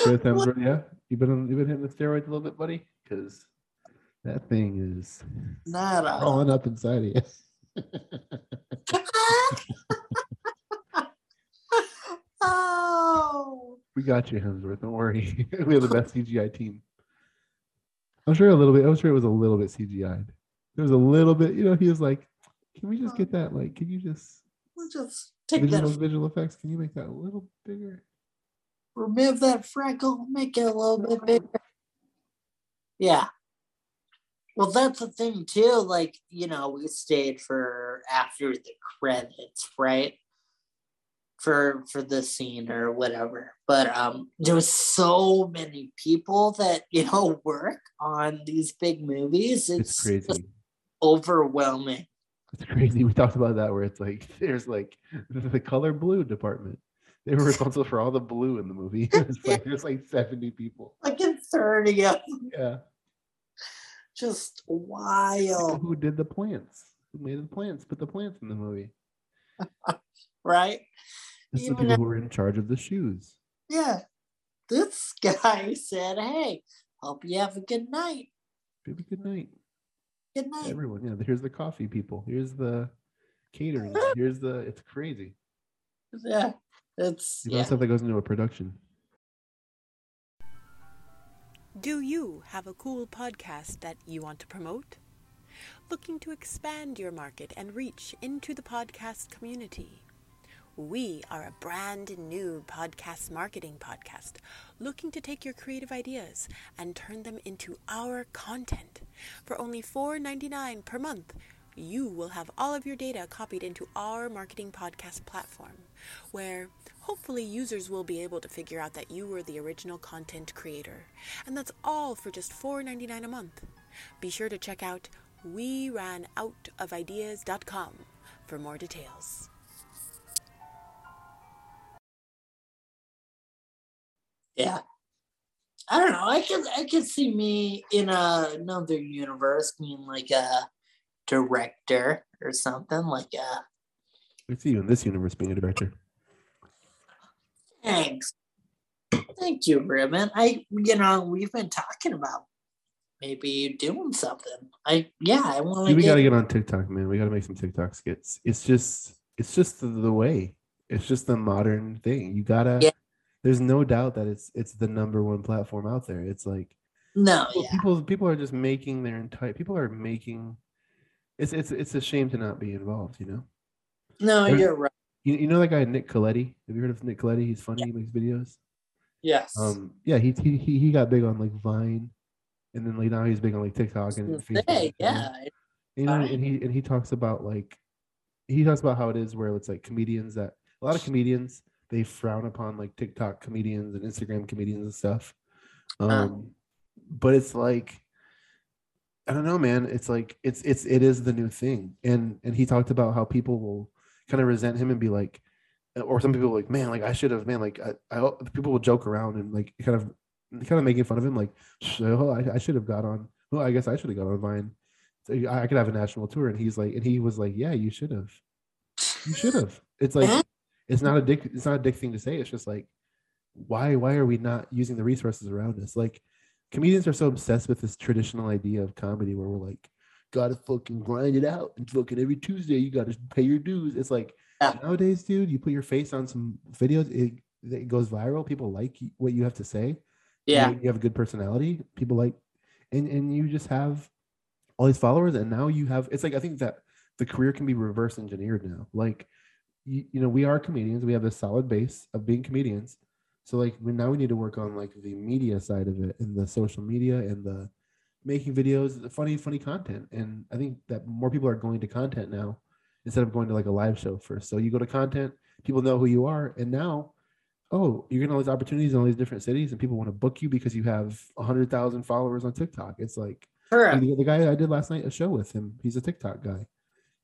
S4: Chris Hemsworth, yeah, you been on, you been hitting the steroids a little bit, buddy, because that thing is
S3: Not all.
S4: crawling up inside of you.
S3: oh,
S4: we got you, Hemsworth. Don't worry, we have the best CGI team. I'm sure a little bit. I'm sure it was a little bit CGI'd. There was a little bit. You know, he was like, "Can we just get that? Like, can you just
S3: we'll just take
S4: visual,
S3: that,
S4: visual effects? Can you make that a little bigger?"
S3: remove that freckle, make it a little bit bigger. Yeah. Well, that's the thing too. Like you know, we stayed for after the credits, right? For for the scene or whatever. But um, there was so many people that you know work on these big movies. It's,
S4: It's
S3: just
S4: crazy.
S3: overwhelming.
S4: It's crazy. We talked about that where it's like there's like the color blue department. They were responsible for all the blue in the movie. It's like there's like 70 people.
S3: Like in thirty of them,
S4: Yeah.
S3: just
S4: People
S3: wild,
S4: Who did the plants? Who made the plants? Put the plants in the movie.
S3: right?
S4: It's the
S3: Even
S4: people
S3: if-
S4: who were in charge of the shoes.
S3: Yeah. This guy said, Hey, hope you have a good night.
S4: Baby, good night.
S3: Good night.
S4: Everyone. Yeah. Here's the coffee people. Here's the catering. Here's the it's crazy.
S3: Yeah. It's
S4: The amount of
S3: yeah.
S4: stuff that goes into a production.
S5: Do you have a cool podcast that you want to promote? Looking to expand your market and reach into the podcast community? We are a brand new podcast marketing podcast looking to take your creative ideas and turn them into our content. For only $4.99 per month, you will have all of your data copied into our marketing podcast platform, where hopefully users will be able to figure out that you were the original content creator. And that's all for just $4.99 a month. Be sure to check out we ran out of ideas.com for more details.
S3: Yeah. I don't know. I could I could see me in a, another universe being like a director or something like uh, a
S4: I see you in this universe being a director.
S3: thanks. Thank you, Ribbon. I you know we've been talking about maybe doing something. I yeah I want
S4: Dude,
S3: to
S4: we
S3: get
S4: gotta get on TikTok, man. We gotta make some TikTok skits. It's just, it's just the, the way. It's just the modern thing. You gotta.
S3: Yeah.
S4: There's no doubt that it's it's the number one platform out there. It's like
S3: no
S4: well,
S3: Oh, yeah
S4: people people are just making their entire. People are making. It's it's it's a shame to not be involved. You know.
S3: no
S4: there-
S3: you're right
S4: You, you know that guy Nick Coletti. Have you heard of Nick Coletti? He's funny. He makes videos.
S3: yes
S4: Um. Yeah. He he he he got big on like Vine, and then like now he's big on like TikTok and Facebook.
S3: Hey,
S4: you know?
S3: yeah
S4: you know,
S3: Fine.
S4: and he and he talks about like he talks about how it is where it's like comedians that a lot of comedians they frown upon like TikTok comedians and Instagram comedians and stuff. Um,
S3: Uh.
S4: but it's like I don't know, man. It's like it's it's it is the new thing, and and he talked about how people will kind of resent him and be like, or some people like, man, like I should have, man, like I, I people will joke around and like kind of kind of making fun of him, like so I, I should have got on. Well, I guess I should have got on Vine. So I, I could have a national tour, and he's like, and he was like, yeah, you should have. You should have. It's like it's not a dick. It's not a dick thing to say. It's just like, why why are we not using the resources around us? Like, comedians are so obsessed with this traditional idea of comedy where we're like, gotta fucking grind it out and fucking every Tuesday you gotta pay your dues. It's like
S3: Yeah.
S4: nowadays, dude, you put your face on some videos, it, it goes viral. People like y- what you have to say you
S3: yeah
S4: know, you have a good personality people like and and you just have all these followers and now you have it's like i think that the career can be reverse engineered now like you, you know we are comedians we have a solid base of being comedians so like we, now we need to work on like the media side of it and the social media and the making videos the funny funny content and i think that more people are going to content now instead of going to like a live show first so you go to content people know who you are and now oh, you're getting all these opportunities in all these different cities, and people want to book you because you have hundred thousand followers on TikTok. It's like
S3: Correct.
S4: the, the guy I did last night a show with him. He's a TikTok guy.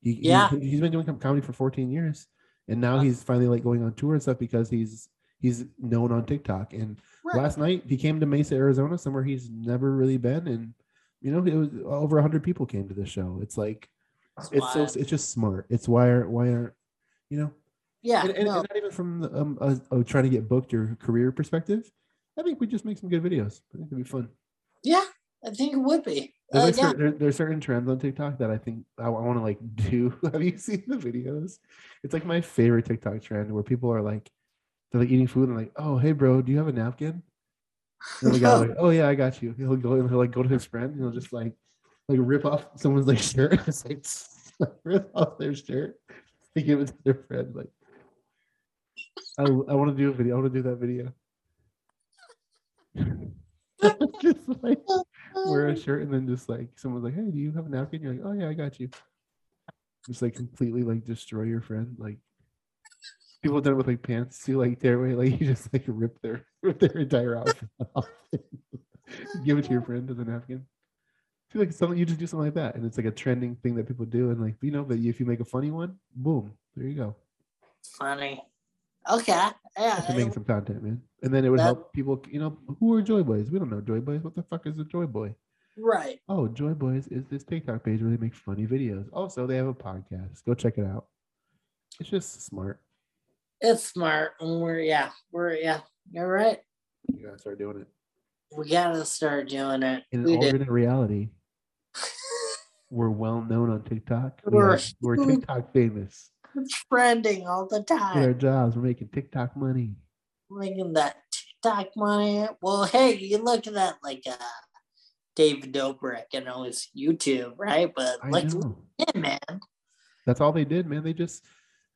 S4: He, he-
S3: Yeah.
S4: he's been doing com- comedy for 14 years, and now
S3: Wow.
S4: he's finally like going on tour and stuff because he's he's known on TikTok. And
S3: Right.
S4: last night he came to Mesa, Arizona, somewhere he's never really been, and you know it was over 100 people came to this show. It's like it's so
S3: Wild.
S4: it's just smart. It's why aren't why aren't you know
S3: yeah
S4: and, and- and
S3: no,
S4: not even from the, um, a, a trying to get booked or career perspective. I think we just make some good videos. I think it'd be fun.
S3: yeah I think it would be
S4: There's,
S3: Uh,
S4: like
S3: yeah.
S4: certain, there, there's certain trends on TikTok that I think I, want to like do. Have you seen the videos? It's like my favorite TikTok trend where people are like, they're like eating food and like, oh hey bro, do you have a napkin? And the guy's like, oh yeah, I got you. He'll go and he'll like go to his friend and he'll just like like rip off someone's like shirt. It's like rip off their shirt. They give it to their friend. Like, I, I want to do a video. I want to do that video. just like
S3: uh,
S4: wear a shirt and then just like someone's like, "Hey, do you have a napkin?" You're like, "Oh yeah, I got you." Just like completely like destroy your friend. Like people have done it with like pants too. Like their way, like you just like rip their rip their entire outfit off. Give it to your friend as a napkin. I feel like something you just do something like that, and it's like a trending thing that people do. And like you know, but if you make a funny one, boom, there you go.
S3: funny. Okay. Yeah.
S4: To make some content, man, and then it would
S3: That-
S4: help people. You know, who are Joy Boys? We don't know Joy Boys. What the fuck is a Joy Boy?
S3: Right.
S4: Oh, Joy Boys is this TikTok page where they make funny videos. Also, they have a podcast. Go check it out. It's just smart.
S3: It's smart. And we're yeah, we're yeah. You're right.
S4: You gotta start doing it.
S3: We gotta start doing it.
S4: In
S3: we
S4: an
S3: did.
S4: alternate reality, we're well known on TikTok. We
S3: We're-
S4: are- We're, TikTok famous.
S3: Trending all the
S4: At our
S3: time.
S4: jobs, we're making TikTok money.
S3: Making that TikTok money. Well, hey, you look at that like uh David Dobrik and all his YouTube, right? But
S4: I
S3: like
S4: know.
S3: yeah, man.
S4: That's all they did, man. They just,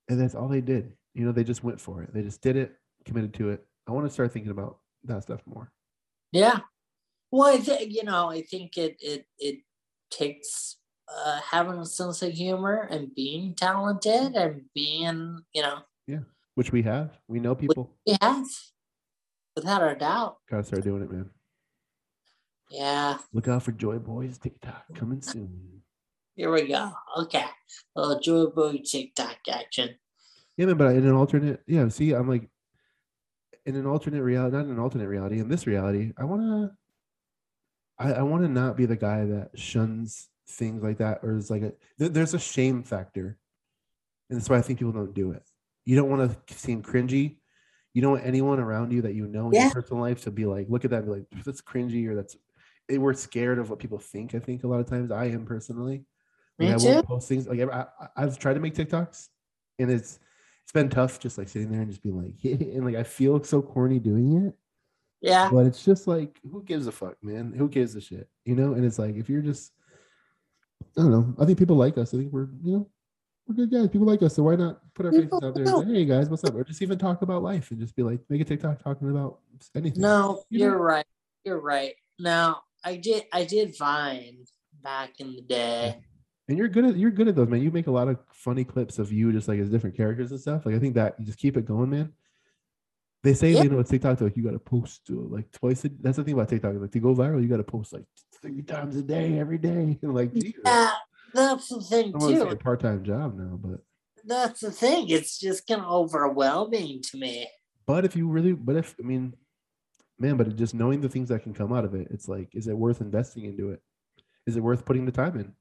S4: and that's all they did. You know, they just went for it. They just did it, committed to it. I want to start thinking about that stuff more.
S3: Yeah. Well, I think you know, I think it it it takes uh, having a sense of humor and being talented and being, you know,
S4: Which we have. We know people.
S3: we have without a doubt.
S4: Gotta start doing it, man.
S3: Yeah,
S4: Look out for Joy Boys TikTok coming soon.
S3: here we go. Okay, well, Joy Boy TikTok action.
S4: Yeah, man, but in an alternate, yeah. See, I'm like, in an alternate reality, not in an alternate reality, in this reality, I want to, I, I want to not be the guy that shuns things like that, or is like a, there- there's a shame factor, and that's why I think people don't do it. You don't want to seem cringy. You don't want anyone around you that you know in
S3: Yeah.
S4: your personal life to be like, look at that, and be like, that's cringy, or that's. It, we're scared of what people think. I think a lot of times I am personally.
S3: Me
S4: Like, I
S3: too.
S4: won't post things like I, I- I've tried to make TikToks, and it's it's been tough just like sitting there and just being like, and like I feel so corny doing it,
S3: Yeah.
S4: but it's just like, who gives a fuck, man? Who gives a shit, you know? And it's like if you're just, I don't know. I think people like us. I think we're you know we're good guys. People like us, so why not put our faces
S3: People
S4: out there? And say,
S3: do.
S4: hey guys, what's up? Or just even talk about life and just be like, make a TikTok talking about anything.
S3: No,
S4: You
S3: you're
S4: know?
S3: right. You're right. Now I did I did Vine back in the day.
S4: And you're good at you're good at those, man. You make a lot of funny clips of you just like as different characters and stuff. Like I think that you just keep it going, man. They say
S3: Yeah.
S4: you know with TikTok, they're like you gotta post to it like twice a that's the thing about TikTok. Like to go viral, you gotta post like three times a day, every day. And like dude,
S3: Yeah, that's the thing
S4: I want to say a
S3: too.
S4: part-time job now, but
S3: That's the thing. It's just kind of overwhelming to me.
S4: but if you really but if I mean man, but just knowing the things that can come out of it, it's like, is it worth investing into it? Is it worth putting the time in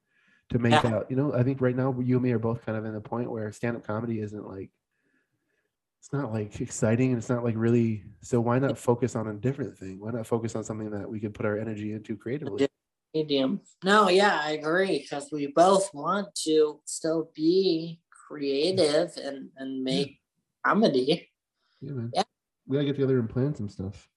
S4: to make
S3: Yeah.
S4: out? You know, I think right now you and me are both kind of in the point where stand-up comedy isn't like it's not like exciting and it's not like really so why not focus on a different thing? Why not focus on something that we could put our energy into creatively?
S3: Medium. No, yeah, I agree because we both want to still be creative and and make comedy.
S4: Yeah, man.
S3: Yeah.
S4: We gotta get together and plan some stuff.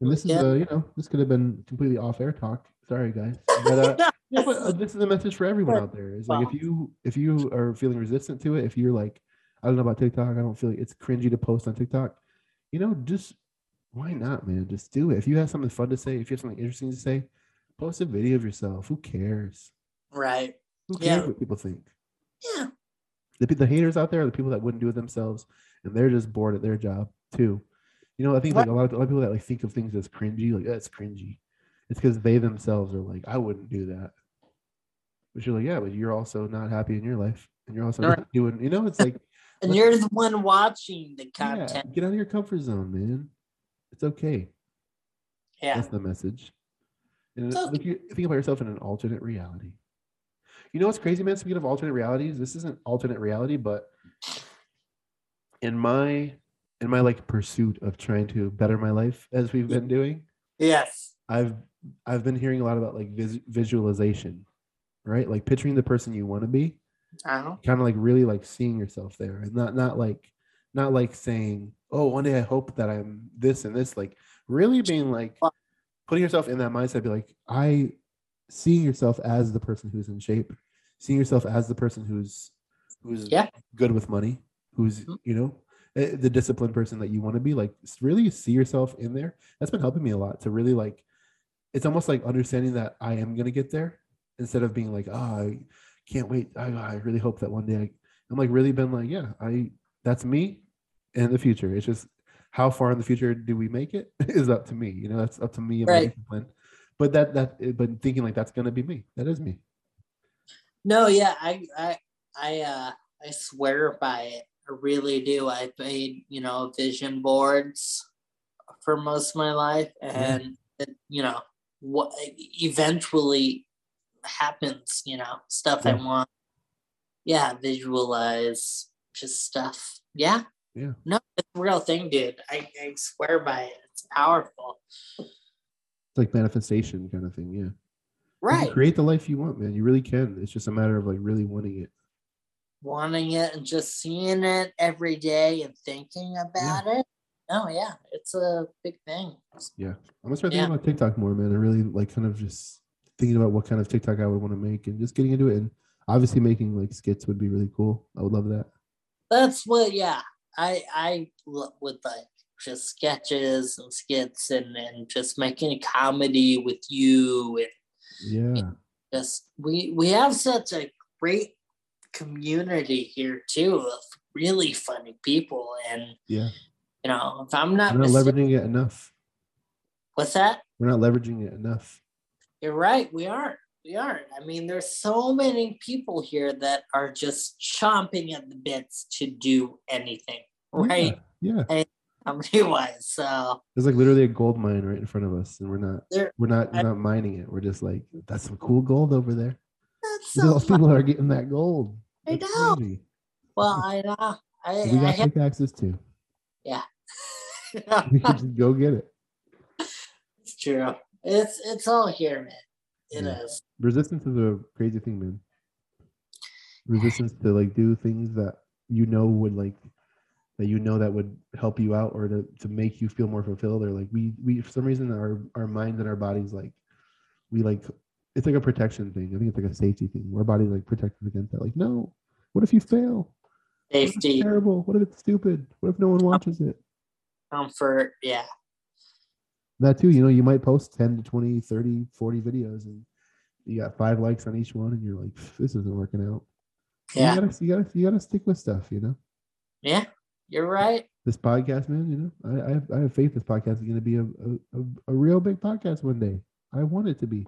S4: And this is
S3: Yeah.
S4: uh, you know, this could have been completely off air talk. Sorry guys. But, uh, Yeah, but uh, this is a message for everyone out there. Is like if you if you are feeling resistant to it, if you're like, I don't know about TikTok, I don't feel like it's cringy to post on TikTok, you know, just why not, man? Just do it. If you have something fun to say, if you have something interesting to say, post a video of yourself. Who cares?
S3: right.
S4: Who cares
S3: Yeah.
S4: what people think?
S3: Yeah.
S4: The, pe- the haters out there are the people that wouldn't do it themselves, and they're just bored at their job too. You know, I think like a lot of, a lot of people that like think of things as cringy, like that's cringy. It's because they themselves are like, I wouldn't do that. But you're like, yeah, but you're also not happy in your life, and you're also
S3: Right.
S4: not doing. You know, it's like,
S3: And you're the one watching the
S4: yeah,
S3: content.
S4: get out of your comfort zone, man. It's okay.
S3: Yeah.
S4: That's the message. And
S3: It's
S4: if
S3: okay.
S4: you think about yourself in an alternate reality. You know what's crazy, man? Speaking of alternate realities, this isn't alternate reality, but in my in my like pursuit of trying to better my life as we've been doing,
S3: Yes.
S4: I've I've been hearing a lot about like vis- visualization, right? Like picturing the person you want to be
S3: Oh,
S4: kind of like really like seeing yourself there and not not like not like saying oh one day i hope that i'm this and this like really being like
S3: Fuck.
S4: putting yourself in that mindset be like i seeing yourself as the person who's in shape seeing yourself as the person who's who's
S3: Yeah.
S4: good with money who's
S3: Mhm.
S4: you know eh, the disciplined person that you want to be like s- really see yourself in there that's been helping me a lot to really like it's almost like understanding that i am going to get there instead of being like ah I can't wait I, I really hope that one day I, i'm like really been like yeah i that's me in the future it's just how far in the future do we make it is up to me you know that's up to me and my
S3: Right.
S4: discipline but that that eh, but thinking like that's going to be me that is me
S3: No, yeah, I I I uh I swear by it. I really do. I made, you know, vision boards for most of my life and it, you know, what eventually happens, you know, stuff I
S4: Yeah.
S3: want. Yeah, visualize just stuff. Yeah.
S4: Yeah.
S3: No, it's a real thing, dude. I, I swear by it. It's powerful.
S4: it's like manifestation kind of thing yeah You can
S3: Right.
S4: create the life you want man you really can it's just a matter of like really wanting it
S3: wanting it and just seeing it every day and thinking about it. Oh yeah, it's a big thing.
S4: I'm gonna start thinking
S3: Yeah.
S4: about TikTok more, man. And really like kind of just thinking about what kind of TikTok I would want to make and just getting into it. And obviously making like skits would be really cool. I would love that.
S3: That's what yeah. I I lo- would like just sketches and skits and and just making a comedy with you and
S4: Yeah.
S3: just we we have such a great community here too of really funny people and
S4: Yeah.
S3: you know if I'm not
S4: We're not
S3: mistaken,
S4: leveraging it enough.
S3: what's that
S4: We're not leveraging it enough.
S3: You're right. We aren't. We aren't. I mean, there's so many people here that are
S4: Oh,
S3: just chomping at the bits to do anything, right?
S4: Yeah. yeah.
S3: company wise. So
S4: There's like literally a gold mine right in front of us, and we're not
S3: There-
S4: we're not we're
S3: I-
S4: not mining it. We're just like that's some cool gold over there.
S3: that's so
S4: Those
S3: fun.
S4: people are getting that gold.
S3: I
S4: That's
S3: know.
S4: crazy.
S3: Well, I know. I,
S4: And We
S3: I
S4: got
S3: had,
S4: pickaxes too.
S3: yeah,
S4: We can just go get it.
S3: it's true. It's it's all here, man. It is.
S4: Yeah. Resistance is a crazy thing, man. Resistance to like do things that you know would like that you know that would help you out or to, to make you feel more fulfilled or like we we for some reason our our minds and our bodies like we like it's like a protection thing. I think it's like a safety thing. Our body like protects us against that. Like, no, what if you fail? What if it's
S3: Safety,
S4: terrible. What if it's stupid? What if no one watches it?
S3: comfort, yeah.
S4: that too you know you might post 10 to 20 30 40 videos and you got five likes on each one and you're like "Pff, this isn't working out
S3: Yeah.
S4: you gotta you gotta you gotta stick with stuff you know
S3: Yeah. You're right.
S4: this podcast man you know i i have, I have faith this podcast is going to be a, a, a, a real big podcast one day i want it to be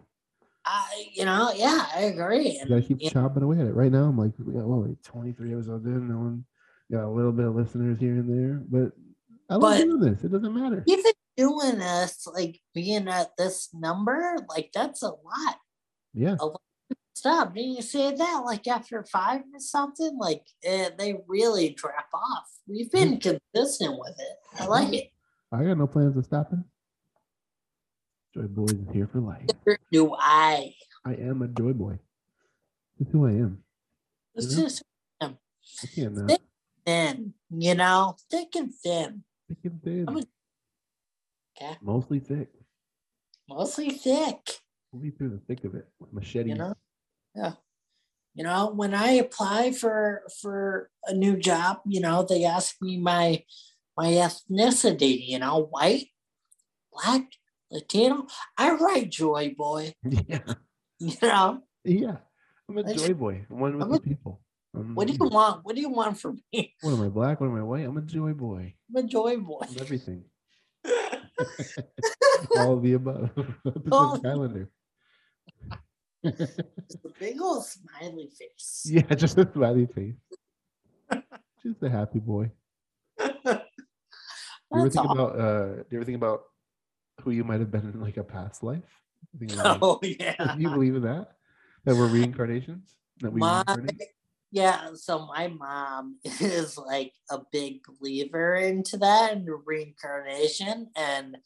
S3: I you know, yeah, I agree.
S4: you
S3: And
S4: gotta keep
S3: yeah.
S4: chopping away at it right now i'm like we got what, like 23 episodes in no one got a little bit of listeners here and there but i love
S3: But-
S4: doing this it doesn't matter
S3: even doing this, like being at this number, like that's a lot.
S4: yeah
S3: Stop. Didn't you say that? Like after five or something, like eh, they really drop off. We've been consistent with it. I like it.
S4: i got no plans of stopping joy boys is here for life
S3: Neither Do I?
S4: I am a joy boy. That's who I am.
S3: It's
S4: Yeah.
S3: just
S4: I can't uh, not.
S3: Thick- thin, you know, thick and thin,
S4: Thick and thin.
S3: I'm a- Okay.
S4: Mostly thick.
S3: mostly thick.
S4: We'll be through the thick of it with machete.
S3: know? You know, when I apply for for a new job, you know, they ask me my my ethnicity. You know, white, black, Latino. I write joy boy.
S4: Yeah.
S3: You know,
S4: Yeah. I'm a
S3: Let's-
S4: joy boy. I'm one with
S3: I'm
S4: the
S3: a-
S4: people. I'm,
S3: what do you want? What do you want from me?
S4: What am I black? What am I white? I'm a joy boy.
S3: I'm a joy boy.
S4: I'm everything. All of the above. Opposite
S3: All-
S4: calendar.
S3: The big old smiley face.
S4: yeah, just a smiley face. just a happy boy. Do you ever
S3: That's
S4: think
S3: all.
S4: about uh do you ever think about who you might have been in like a past life? Think about, like,
S3: Oh
S4: Do you
S3: yeah.
S4: believe in that? That we're reincarnations? That we
S3: My-
S4: reincarnate?
S3: Yeah, so my mom is like a big believer into that and reincarnation. And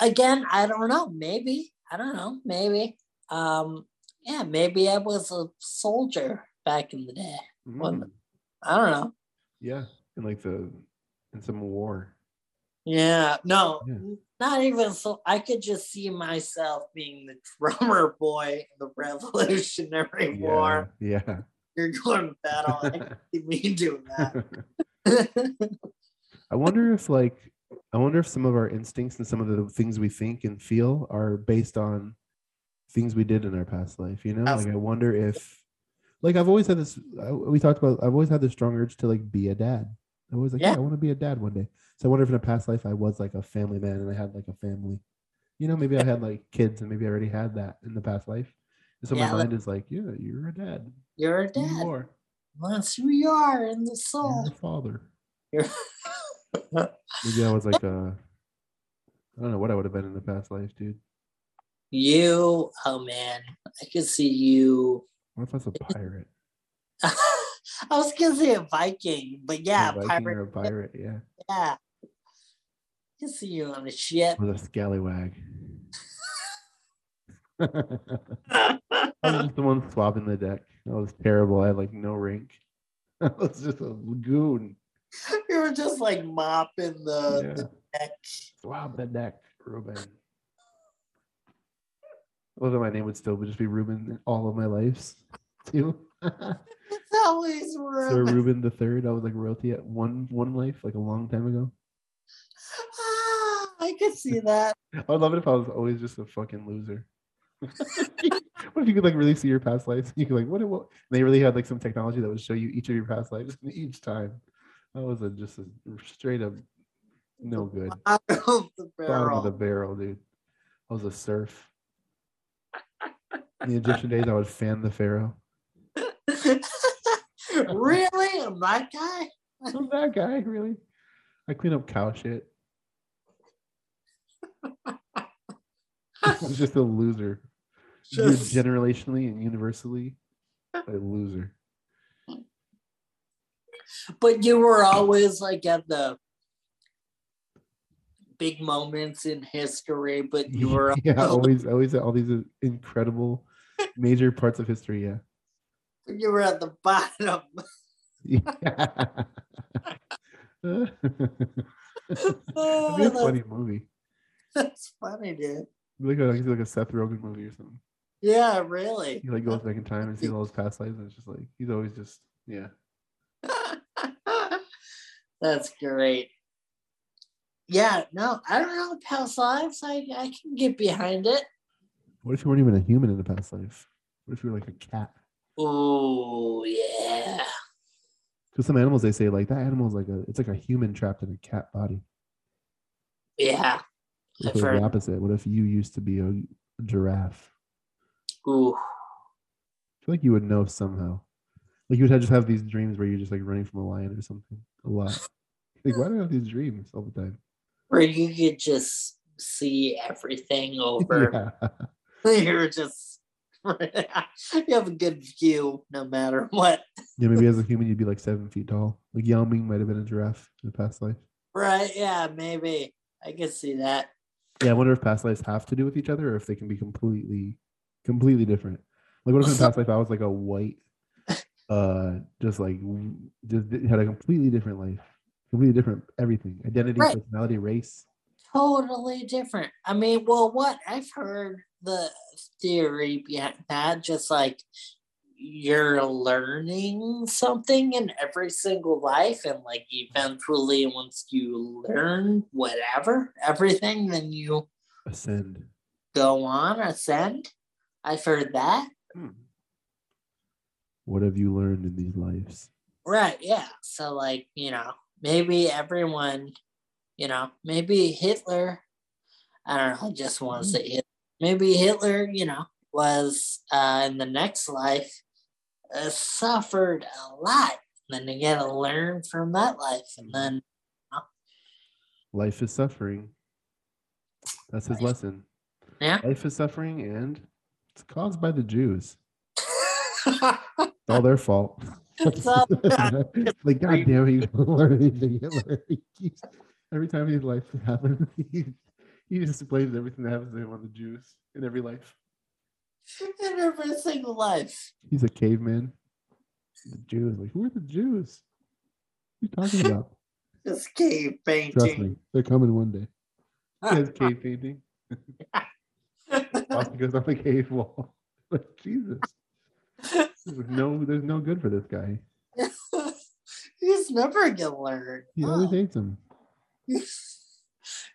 S3: I, again, I don't know. Maybe I don't know. Maybe, um, yeah, maybe I was a soldier back in the day. one-
S4: Mm,
S3: I don't know.
S4: Yeah. In like the in some war.
S3: Yeah, no,
S4: Yeah.
S3: not even so. I could just see myself being the drummer boy in the Revolutionary War.
S4: Yeah.
S3: You're going to battle. I
S4: yeah.
S3: could see me doing that.
S4: I wonder if like I wonder if some of our instincts and some of the things we think and feel are based on things we did in our past life, you know?
S3: Abs-
S4: Like I wonder if like I've always had this I, we talked about I've always had the strong urge to like be a dad. I was like, yeah,
S3: Yeah.
S4: I want to be a dad one day. So I wonder if in a past life I was like a family man and I had like a family. You know, maybe I had like kids and maybe I already had that in the past life. And so
S3: Yeah,
S4: my
S3: like-
S4: mind is like, yeah, you're a dad.
S3: You're a dad.
S4: You are.
S3: That's who you are in the
S4: You're
S3: soul.
S4: a father.
S3: Yeah.
S4: Maybe I was like a I don't know what I would have been in the past life, dude.
S3: You, oh man, I could see you.
S4: What if I was a pirate?
S3: I was gonna say a Viking, but yeah,
S4: a Viking
S3: pirate.
S4: or a pirate, yeah.
S3: Yeah, I could see you on a ship.
S4: With a scallywag. I was
S3: yeah,
S4: just the one swapping the deck. That was terrible. I had like no rink. I was just a lagoon.
S3: you were just like mopping the,
S4: Yeah.
S3: the deck.
S4: Swab the deck, Ruben. Look at my name would still just be Ruben all of my lives too.
S3: It's always
S4: Sir
S3: room.
S4: Ruben the third. I was like royalty at one one life, like a long time ago.
S3: Ah, I could see that.
S4: I would love it if I was always just a fucking loser. what if you could like really see your past lives? You could like what? what? They really had like some technology that would show you each of your past lives each time. That was a, just a straight up no good
S3: Bottom of the
S4: bottom of the
S3: barrel.
S4: barrel, dude. I was a serf. In the Egyptian days, I would fan the pharaoh.
S3: really, I'm that guy.
S4: I'm that guy, really. I clean up cow shit. I'm just a loser. You're
S3: Just-
S4: generationally and universally a loser.
S3: but you were always like at the big moments in history, but you were
S4: yeah, always, always at all these uh, incredible major parts of history. Yeah.
S3: you were at the bottom.
S4: Yeah. That'd be a
S3: Oh,
S4: funny movie.
S3: that's funny, dude.
S4: Like a, like a Seth Rogen movie or something.
S3: Yeah, really.
S4: He like goes back in time and sees all his past lives, and it's just like he's always just yeah.
S3: That's great. Yeah, no, I don't know past lives. I, I can get behind it.
S4: What if you weren't even a human in the past life? What if you were like a cat?
S3: Oh yeah.
S4: Because some animals they say like that animal's like a it's like a human trapped in a cat body.
S3: Yeah.
S4: What
S3: I've
S4: if it was
S3: heard-
S4: the opposite? What if you used to be a giraffe?
S3: Ooh.
S4: I feel like you would know somehow. Like you would have just have these dreams where you're just like running from a lion or something a lot. Like why do I have these dreams all the time?
S3: Where you could just see everything over.
S4: Yeah.
S3: You're just you have a good view no matter what.
S4: yeah, maybe as a human you'd be like seven feet tall. Like Yao Ming might have been a giraffe in the past life.
S3: Right? Yeah, maybe. I can see that.
S4: Yeah, I wonder if past lives have to do with each other or if they can be completely, completely different. Like, what if in past life I was like a white, uh, just like w- just di- had a completely different life, completely different everything, identity,
S3: Right.
S4: personality, race.
S3: Totally different. I mean, well, what I've heard the theory behind that, just like you're learning something in every single life, and like eventually, once you learn whatever, everything, then you
S4: Ascend.
S3: go on, ascend. I've heard that.
S4: What have you learned in these lives?
S3: Right. Yeah. So, like, you know, maybe everyone, you know, maybe Hitler, I don't know, I just want to say Hitler. Maybe Hitler, you know, was uh, in the next life, uh, suffered a lot. And then you got to learn from that life. And then,
S4: Life is suffering. That's his lesson.
S3: Yeah.
S4: Life is suffering and it's caused by the Jews. It's all their fault.
S3: It's all-
S4: like, God damn it, you don't learn anything. Hitler. He keeps- Every time his life happens, he, he just blames everything that happens to him on the Jews in every life.
S3: in every single life.
S4: He's a caveman. The Jews, like, who are the Jews? What are you talking about?
S3: Just keep
S4: Trust
S3: painting.
S4: me, they're coming one day. He has cave painting. Often goes on the cave wall. Like, Jesus. There's no, there's no good for this guy.
S3: He's never going to learn.
S4: He
S3: Oh.
S4: always hates him.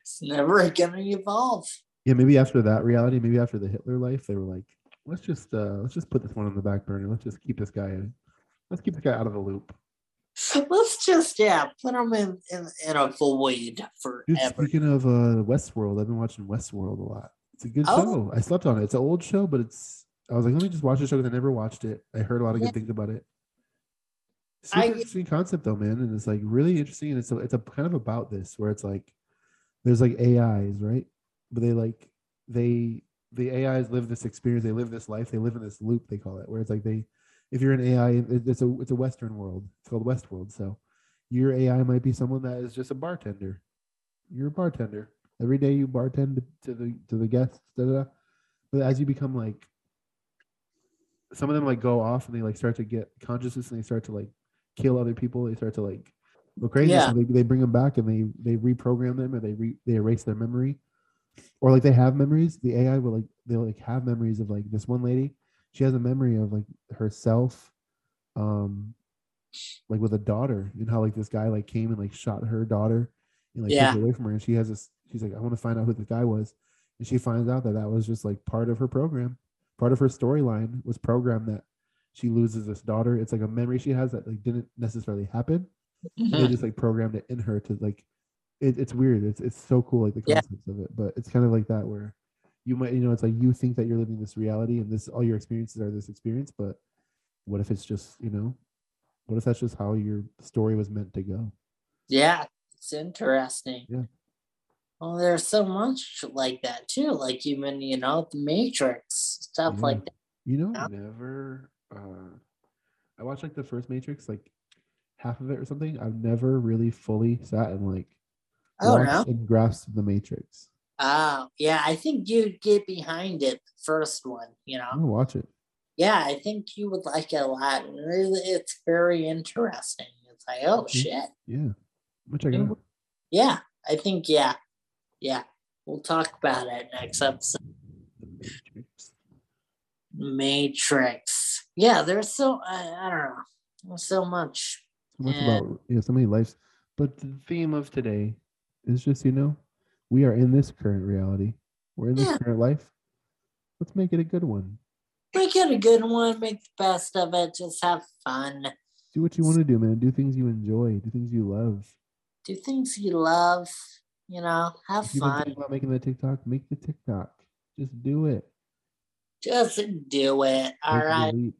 S3: it's never gonna evolve.
S4: Yeah, maybe after that reality, maybe after the Hitler life, they were like, let's just uh let's just put this one on the back burner. Let's just keep this guy let's keep this guy out of the loop.
S3: Let's just yeah, put them in in, in a void
S4: Dude,
S3: forever.
S4: speaking of uh Westworld, I've been watching Westworld a lot. It's a good
S3: Oh.
S4: show. I slept on it. It's an old show, but it's I was like, let me just watch the show because I never watched it. I heard a lot of
S3: Yeah.
S4: good things about it. Super
S3: I-
S4: interesting concept though, man. And it's like really interesting. And it's a, it's a kind of about this where it's like there's like AIs, right? But they like they the AIs live this experience, they live this life, they live in this loop, they call it, where it's like they if you're an AI, it- it's a it's a Western world. It's called Westworld. So your AI might be someone that is just a bartender. You're a bartender. Every day you bartend to the to the guests, da, da, da. but as you become like some of them like go off and they like start to get consciousness and they start to like kill other people. They start to like go crazy.
S3: Yeah.
S4: So they, they bring them back and they they reprogram them or they re, they erase their memory, or like they have memories. The AI will like they will like have memories of like this one lady. She has a memory of like herself, um, like with a daughter and how like this guy like came and like shot her daughter and like
S3: Yeah.
S4: took her away from her. And she has this. She's like, I want to find out who this guy was, and she finds out that that was just like part of her program, part of her storyline was programmed that she loses this daughter. It's like a memory she has that like didn't necessarily happen. And they
S3: Mhm.
S4: just like programmed it in her to like it, it's weird. It's it's so cool like the
S3: Yeah.
S4: concepts of it. But it's kind of like that where you might you know it's like you think that you're living this reality and this all your experiences are this experience, but what if it's just, you know, what if that's just how your story was meant to go?
S3: yeah, It's interesting.
S4: Yeah.
S3: Well, there's so much like that too, like even you know the Matrix stuff
S4: Yeah.
S3: like that.
S4: You know,
S3: Yeah.
S4: I never. Uh, I watched like the first Matrix, like half of it or something. I've never really fully sat and like
S3: Oh
S4: watched
S3: no,
S4: and grasped the Matrix.
S3: oh yeah, I think you'd get behind it the first one. You
S4: I'm
S3: know,
S4: gonna watch it.
S3: yeah, I think you would like it a lot. Really, It's very interesting. It's like oh
S4: Mhm.
S3: shit,
S4: Yeah, I'm gonna check it
S3: Yeah.
S4: out.
S3: yeah. I think yeah, yeah. We'll talk about it next episode.
S4: The Matrix.
S3: Matrix. Yeah, there's so I, I don't know. There's so much
S4: So much
S3: Yeah.
S4: about you know, so many lives. But the theme of today is just you know we are in this current reality. We're in this
S3: Yeah.
S4: current life. Let's make it a good one.
S3: make it a good one make the best of it just have fun
S4: Do what you want to do, man. Do things you enjoy. Do things you love.
S3: do things you love you know have
S4: If you've been
S3: fun
S4: thinking about making the TikTok, make the TikTok. Just do it.
S3: just do it all
S4: Take the
S3: right
S4: leap.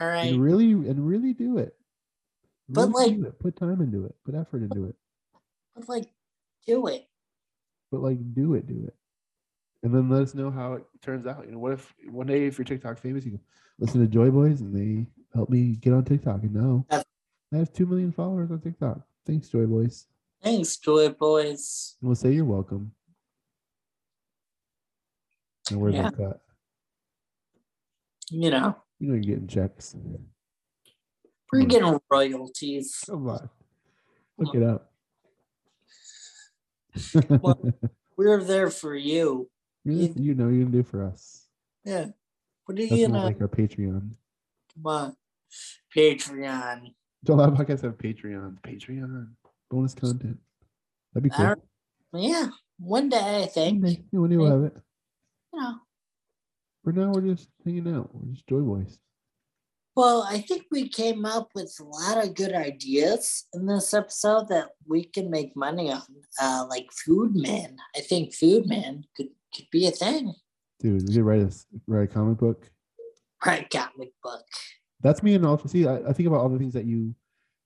S3: all
S4: And
S3: right
S4: really and really do it.
S3: But,
S4: Really
S3: like-
S4: do it. put time into it. Put effort into it.
S3: but like do it
S4: But like do it, do it. And then let us know how it turns out. You know, what if one day if you're TikTok famous, you can listen to Joy Boys and they help me get on TikTok. And now
S3: That's-
S4: I have two million followers on TikTok. Thanks, Joy Boys.
S3: thanks to it boys
S4: And we'll say you're welcome. And where's
S3: Yeah.
S4: that cut?
S3: you know
S4: You know you're getting checks.
S3: we're
S4: Hmm.
S3: getting royalties
S4: Come on. Look it up.
S3: Well- we're there for you
S4: you,
S3: you-
S4: you know you can do for us.
S3: yeah what do
S4: That's
S3: you
S4: not
S3: know
S4: like our Patreon.
S3: come on patreon
S4: Don't Live Podcasts have Patreon. Patreon. Bonus content. That'd be
S3: I
S4: cool.
S3: don't- yeah one day i
S4: One
S3: think
S4: day, yeah, one day we'll have it.
S3: you know
S4: For now, we're just hanging out. We're just joy boys.
S3: Well, I think we came up with a lot of good ideas in this episode that we can make money on, uh, like Food Man. I think Food Man could, could be a thing.
S4: Dude, we could write a, s- write a comic book.
S3: Right, comic book.
S4: That's me and all. See, I, I think about all the things that you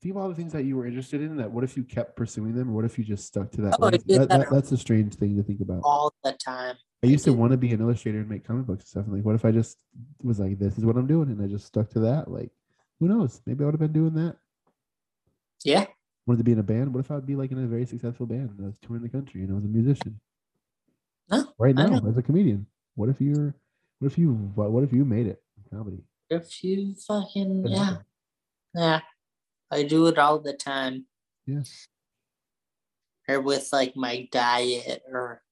S4: think about all the things that you were interested in. That what if you kept pursuing them? Or what if you just stuck to that?
S3: Oh, I
S4: one?
S3: did that
S4: That- that- that's a strange thing to think about.
S3: all the time.
S4: I used to
S3: did.
S4: want to be an illustrator and make comic books and stuff. And like, what if I just was like, this is what I'm doing, and I just stuck to that? Like, who knows? Maybe I would have been doing that.
S3: Yeah.
S4: Wanted to be in a band. What if I'd be like in a very successful band and I was touring the country and I was a musician?
S3: No,
S4: right
S3: I
S4: now as a comedian. What if you're? What if you? What, what if you made it in comedy?
S3: If you fucking,
S4: Could
S3: yeah,
S4: happen.
S3: yeah. I do it all the time.
S4: Yeah.
S3: Or with like my diet or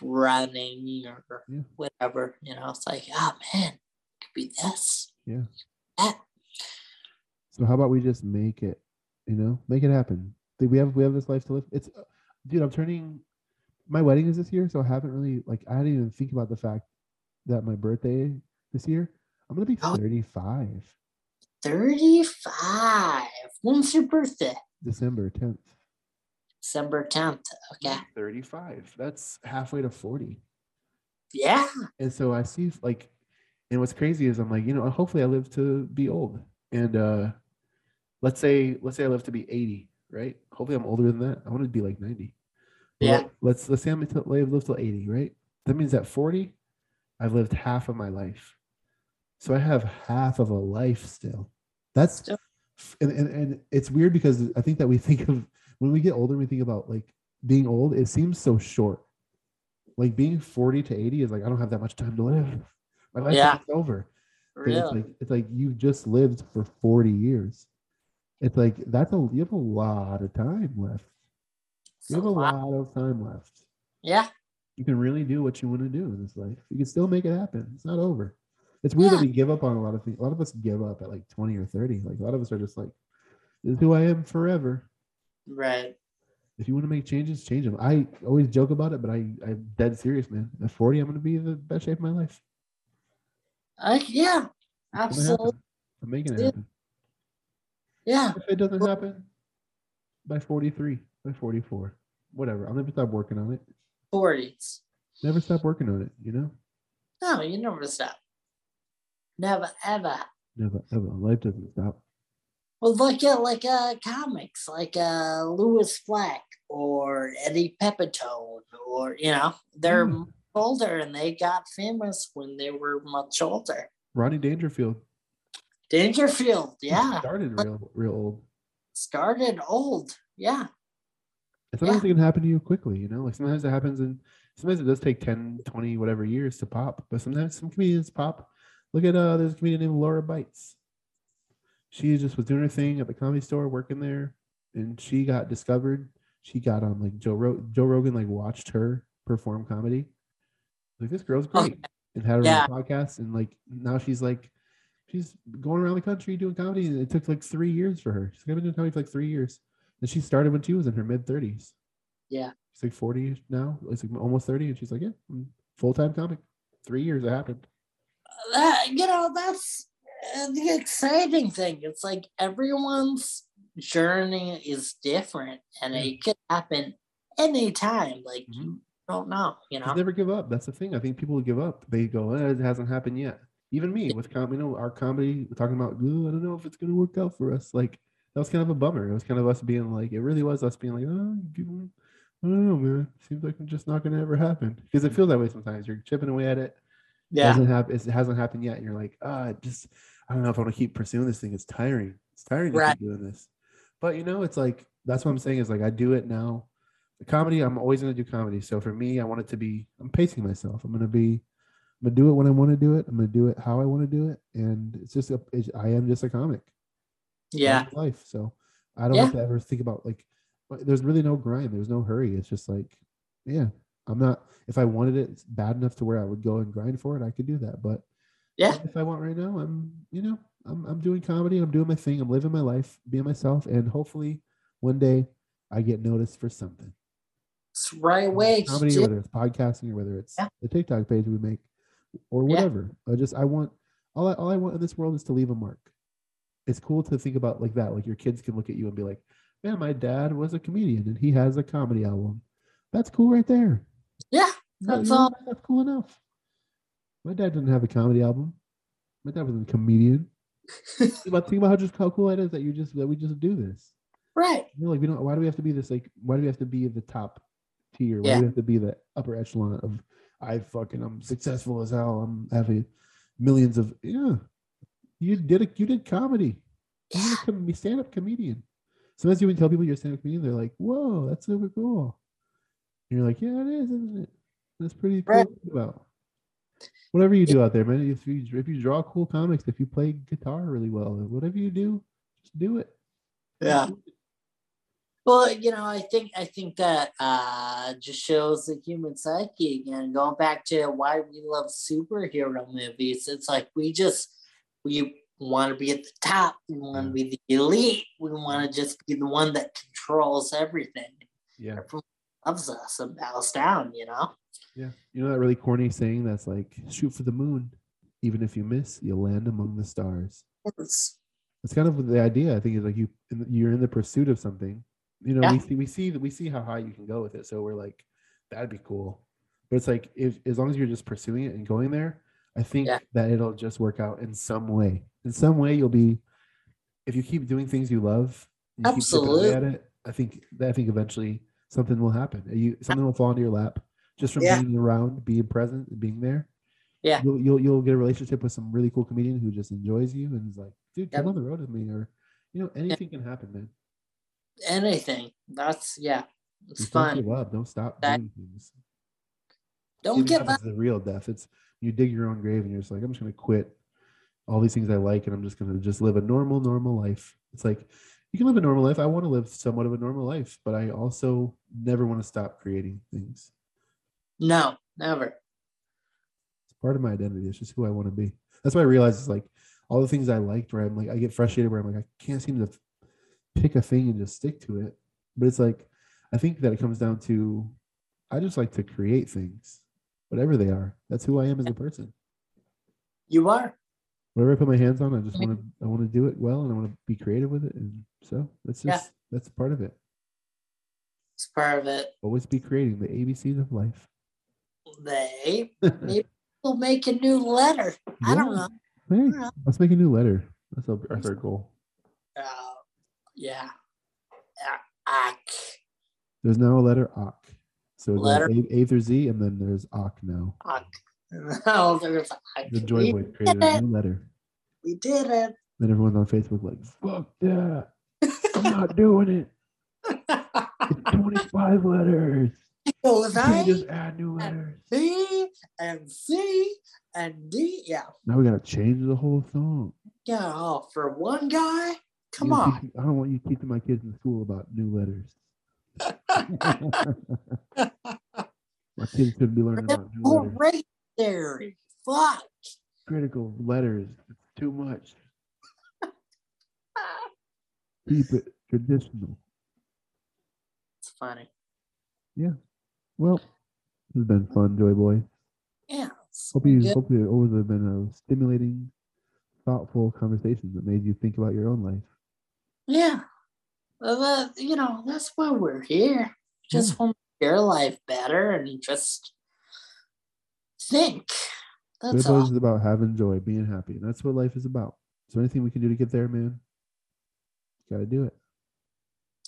S3: running or
S4: Yeah.
S3: whatever, you know, it's like, oh man, could be this.
S4: Yeah.
S3: That.
S4: So how about we just make it? You know, make it happen. Think We have we have this life to live. It's, dude. I'm turning. My wedding is this year, so I haven't really like I didn't even think about the fact that my birthday this year. I'm gonna be
S3: Oh.
S4: 35,
S3: 35. When's your birthday?
S4: December 10th.
S3: December 10th.
S4: Mm-hmm.
S3: Okay.
S4: 35. That's halfway to 40.
S3: Yeah.
S4: and so I see like, and what's crazy is I'm like, you know, hopefully I live to be old, and uh, let's say let's say I live to be 80, right? Hopefully I'm older than that. I want to be like 90. But
S3: Yeah.
S4: let- Let's let's say I'm until, I live till 80, right? That means at 40, I've lived half of my life, so I have half of a life still. That's
S3: Still-
S4: and, and and it's weird because I think that we think of when we get older, we think about like being old. It seems so short like being 40 to 80 is like I don't have that much time to live. My life
S3: Yeah.
S4: is over. But
S3: Really?
S4: It's like it's like you just lived for 40 years. It's like that's a you have a lot of time left. You have a lot of time left.
S3: Yeah.
S4: You can really do what you want to do in this life. You can still make it happen. It's not over. It's weird that
S3: Yeah.
S4: we give up on a lot of things. A lot of us give up at like 20 or 30. Like a lot of us are just like, this is who I am forever
S3: Right.
S4: if you want to make changes, change them. I always joke about it, but I I'm dead serious, man. At 40, I'm gonna be in the best shape of my life.
S3: Uh, yeah.
S4: It's gonna happen.
S3: Absolutely.
S4: I'm making it
S3: Yeah.
S4: happen.
S3: Yeah.
S4: If it doesn't happen by 43, by 44, whatever. I'll never stop working on it.
S3: 40s.
S4: Never stop working on it, you know?
S3: No, you never stop. Never, ever.
S4: Never ever. Life doesn't stop.
S3: Well, look at like uh, comics, like uh, Lewis Black or Eddie Pepitone, or you know, they're
S4: Mm.
S3: older and they got famous when they were much older.
S4: Ronnie Dangerfield.
S3: Dangerfield,
S4: He
S3: yeah,
S4: Started real, real old.
S3: started old, yeah.
S4: And sometimes
S3: Yeah.
S4: it can happen to you quickly, you know? Like sometimes it happens and sometimes it does take 10, 20, whatever years to pop. But sometimes some comedians pop. Look at uh there's a comedian named Laura Bites. She just was doing her thing at the comedy store, working there, and she got discovered. She got on like Joe Ro- Joe Rogan like watched her perform comedy. Like this girl's
S3: Oh,
S4: great. And had her
S3: Yeah.
S4: on a podcast and like now she's like she's going around the country doing comedy. And it took like three years for her. She's been doing comedy for like three years. And she started when she was in her mid 30s.
S3: Yeah.
S4: She's like 40 now. It's like almost 30. And she's like, yeah, I'm full-time comic. Three years it happened.
S3: that you know that's uh, the exciting thing it's like everyone's journey is different and it could happen anytime like
S4: Mm-hmm.
S3: you don't know you know
S4: Just never give up. That's the thing. I think people give up. They go, eh, it hasn't happened yet. Even me with com- you know, our comedy, we're talking about, "Ooh, I don't know if it's gonna work out for us. Like that was kind of a bummer. It was kind of us being like, it really was us being like, oh, you- I don't know, man. Seems like it's just not gonna ever happen. Because
S3: Mm.
S4: it feels that way sometimes. You're chipping away at it.
S3: yeah
S4: Hasn't hap- it hasn't happened yet. And you're like, ah, it just I don't know if I want to keep pursuing this thing. It's tiring. It's tiring to
S3: Right.
S4: keep doing this. But you know, it's like that's what I'm saying is like I do it now. The comedy, I'm always gonna do comedy. So for me, I want it to be I'm pacing myself. I'm gonna be I'm gonna do it when I want to do it. I'm gonna do it how I want to do it. And it's just a it's, I am just a comic.
S3: yeah
S4: That's life. So I don't have to ever think about like but there's really no grind. There's no hurry. It's just like, yeah, I'm not if I wanted it bad enough to where I would go and grind for it, I could do that. But
S3: Yeah.
S4: if I want right now, I'm you know, I'm I'm doing comedy, I'm doing my thing, I'm living my life, being myself, and hopefully one day I get noticed for something.
S3: it's right
S4: Whether
S3: away
S4: it's comedy, or whether it's podcasting, or whether it's
S3: Yeah.
S4: the TikTok page we make, or
S3: Yeah.
S4: whatever. I just I want all I, all I want in this world is to leave a mark. It's cool to think about like that. Like your kids can look at you and be like, "Man, my dad was a comedian and he has a comedy album. That's cool, right there.
S3: yeah
S4: Is that-
S3: That's
S4: you know,
S3: all.
S4: That's cool enough." My dad didn't have a comedy album. My dad was a comedian. think about think about how just how cool it is that you just that we just do this.
S3: right
S4: You know, like we don't. Why do we have to be this? Like, why do we have to be the top tier? Why
S3: Yeah.
S4: do we have to be the upper echelon of? I fucking I'm successful as hell. I'm having millions of yeah. You did it. You did comedy. You're
S3: yeah
S4: a com- stand up comedian. Sometimes you even tell people you're a stand up comedian. They're like, "Whoa, that's super cool." And you're like, "Yeah, it is, isn't it? That's pretty cool."
S3: Right.
S4: to think About whatever you do out there, man. If you if you draw cool comics, if you play guitar really well, whatever you do, just do it.
S3: yeah well you know i think i think that uh just shows the human psyche again going back to why we love superhero movies it's like we just we want to be at the top we want to be the elite we want to just be the one that controls everything
S4: Yeah.
S3: everyone loves us and bows down you know
S4: Yeah. You know that really corny saying that's like, shoot for the moon. Even if you miss, you land among the stars.
S3: It's-
S4: That's kind of the idea. I think is like you you're in the pursuit of something. You know, we see we see we see how high you can go with it. So we're like, that'd be cool. But it's like if as long as you're just pursuing it and going there, I think
S3: Yeah.
S4: that it'll just work out in some way. In some way, you'll be if you keep doing things you love, and you keep chipping away at it. I think that I think eventually something will happen. You something will fall into your lap just from
S3: Yeah.
S4: being around, being present, and being there.
S3: Yeah.
S4: you'll, you'll you'll get a relationship with some really cool comedian who just enjoys you and is like, dude, come
S3: Yep.
S4: on the road with me, or you know, anything can happen, man.
S3: anything that's yeah it's
S4: Just Don't
S3: fun
S4: give up. Don't stop
S3: That-
S4: doing things.
S3: don't
S4: Even
S3: give
S4: if
S3: up
S4: It's the real death. It's you dig your own grave and you're just like, I'm just gonna quit all these things I like and I'm just gonna just live a normal, normal life. It's like you can live a normal life. I want to live somewhat of a normal life, but I also never want to stop creating things.
S3: no never
S4: It's part of my identity. It's just who I want to be. That's why I realized it's like all the things I liked where I'm like, I get frustrated where I'm like, I can't seem to f- pick a thing and just stick to it. But it's like, I think that it comes down to I just like to create things, whatever they are. That's who I am as a person.
S3: you are
S4: whatever I put my hands on, I just
S3: Mhm.
S4: want to I want to do it well and I want to be creative with it. And so that's
S3: Yeah.
S4: just that's part of it.
S3: it's part of it
S4: Always be creating the ABCs of life.
S3: they maybe we'll make a new letter i don't
S4: Yeah.
S3: know
S4: Hey,
S3: Yeah.
S4: let's make a new letter. That's our our third goal.
S3: Oh, Yeah. Uh, Ak.
S4: There's now a letter Ock. So
S3: Letter-
S4: there's a, a through Z, and then there's Ock now.
S3: Ak. No, there's ak.
S4: The
S3: we,
S4: Joy Boy created a new letter.
S3: we did it.
S4: Then everyone's on Facebook like, fuck that. I'm not doing it. It's 25 letters.
S3: Was
S4: You can't
S3: I
S4: just add new letters.
S3: B and C and D? Yeah.
S4: Now we gotta change the whole song.
S3: Yeah. Oh, for one guy?
S4: You
S3: Come
S4: know,
S3: on.
S4: teach- I don't want you teaching my kids in school about new letters. my kids should be learning about new letters.
S3: Great theory. Fuck.
S4: Critical letters. It's too much. Keep it traditional.
S3: It's funny.
S4: Well, this has been fun, Joy Boy.
S3: Yeah. it's
S4: Hope you
S3: good.
S4: hope it always have been a stimulating, thoughtful conversation that made you think about your own life.
S3: Yeah. Well, that- you know, that's why we're here.
S4: Hmm.
S3: Just want to make your life better and just think. That's
S4: Joy Boys
S3: all.
S4: is about having joy, being happy. And that's what life is about. So anything we can do to get there, man, gotta do it.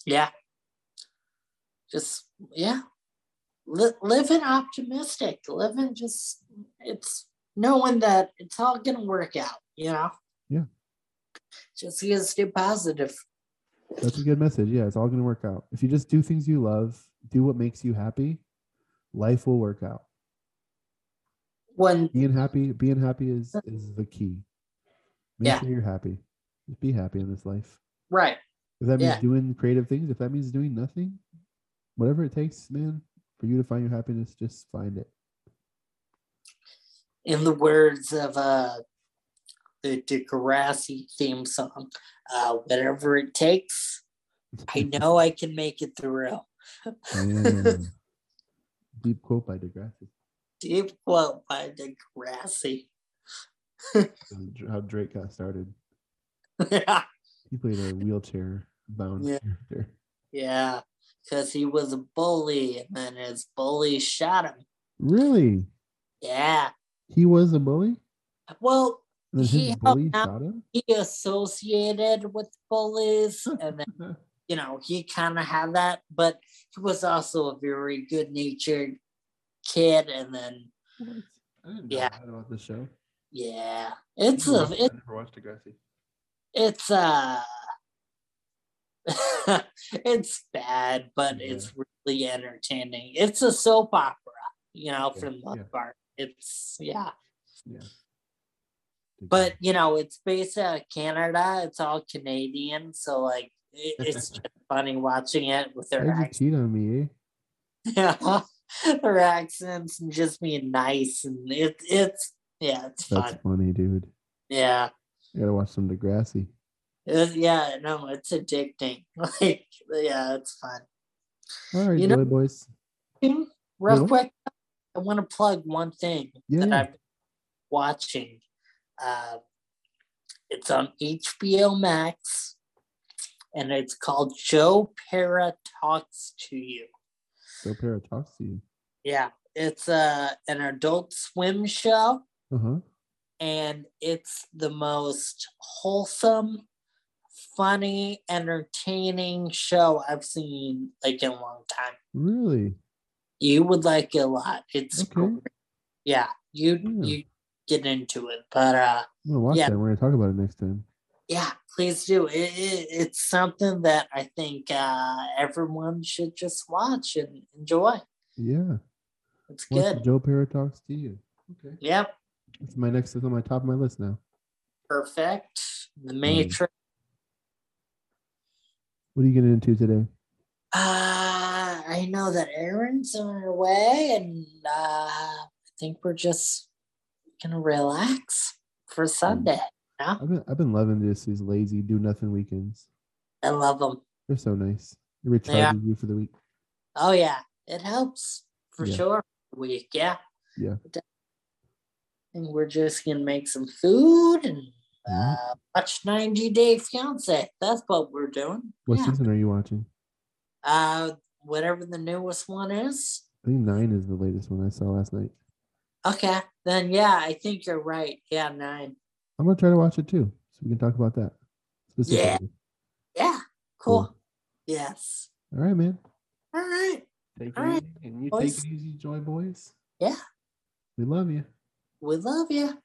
S3: Yeah. Just, yeah. Li- living optimistic, living just, it's knowing that it's all going to work out, you know?
S4: Yeah.
S3: Just you gotta stay positive.
S4: That's a good message. Yeah, it's all going to work out. If you just do things you love, do what makes you happy, life will work out.
S3: When,
S4: Being happy, being happy is is the key. Make
S3: Yeah.
S4: sure you're happy. Just be happy in this life.
S3: right.
S4: If that means
S3: Yeah.
S4: doing creative things, if that means doing nothing, whatever it takes, man, for you to find your happiness, just find it.
S3: in the words of uh, the Degrassi theme song, uh, whatever it takes, I
S4: Mm-hmm.
S3: know I can make it through.
S4: And deep quote by Degrassi.
S3: Deep quote by Degrassi.
S4: How Drake got started.
S3: yeah,
S4: He played a wheelchair bound
S3: Yeah.
S4: character.
S3: yeah, because he was a bully, and then his bully shot him.
S4: Really?
S3: Yeah.
S4: He was a bully?
S3: Well,
S4: And then
S3: He
S4: his
S3: helped
S4: bully
S3: out
S4: shot him?
S3: he associated with bullies, and then you know he kind of had that, but he was also a very good-natured kid, and then
S4: What? I didn't
S3: Yeah.
S4: know that about the show.
S3: Yeah, it's a it,
S4: never watched Degrassi.
S3: it's uh it's bad, but it's really entertaining. It's a soap opera, you know,
S4: Yeah,
S3: for the most
S4: yeah.
S3: part. It's yeah,
S4: Degrassi.
S3: but you know, it's based out of Canada. It's all Canadian, so like it, it's just funny watching it with their
S4: why'd you
S3: accents,
S4: cheat on me? Eh?
S3: their accents, and just being nice, and it it's yeah, it's
S4: That's
S3: fun.
S4: funny, dude.
S3: Yeah.
S4: I gotta watch some Degrassi.
S3: It- Uh, yeah, no, it's addicting. Like, yeah, it's fun.
S4: All right,
S3: You know-
S4: Joy boys.
S3: Real
S4: what?
S3: quick, I want to plug one thing
S4: Yeah,
S3: that
S4: yeah.
S3: I've been watching. Uh, it's on HBO Max, and it's called Joe Para Talks to You.
S4: Go pair talks to you.
S3: Yeah, it's uh, an adult swim show.
S4: Uh huh.
S3: and it's the most wholesome, funny, entertaining show I've seen like in a long time.
S4: Really?
S3: You would like it a lot. It's
S4: Okay. Hmm.
S3: great. yeah, you
S4: Yeah.
S3: you get into it, but uh,
S4: I'm gonna watch
S3: Yeah.
S4: that. We're gonna talk about it next time.
S3: yeah, please do. It, it, it's something that I think uh, everyone should just watch and enjoy.
S4: Yeah.
S3: It's
S4: Watch the
S3: good.
S4: Joe Para talks to you. Okay.
S3: Yep,
S4: That's my next. That's on my top of my list now.
S3: perfect. The
S4: Hmm.
S3: Matrix.
S4: What are you getting into today?
S3: Uh, I know that Aaron's on her way, and uh, I think we're just gonna relax for
S4: Mm.
S3: Sunday.
S4: I've been I've been loving just these lazy do nothing weekends.
S3: I love them.
S4: They're so nice. It recharges you for the week.
S3: Oh yeah, it helps for
S4: Yeah.
S3: sure. for the Week, yeah,
S4: Yeah.
S3: It does. And we're just gonna make some food and
S4: Yeah.
S3: uh, watch 90 Day Fiance. That's what we're doing.
S4: What
S3: yeah.
S4: season are you watching?
S3: Uh, whatever the newest one is.
S4: I think nine is the latest one I saw last night.
S3: Okay, then yeah, I think you're right. Yeah, nine.
S4: I'm gonna try to watch it too, so we can talk about that specifically.
S3: Yeah, Cool. Yes.
S4: All right, man.
S3: All right.
S4: Take it
S3: All right,
S4: easy. And you
S3: boys.
S4: take it easy, Joy Boys.
S3: Yeah.
S4: We love you.
S3: We love you.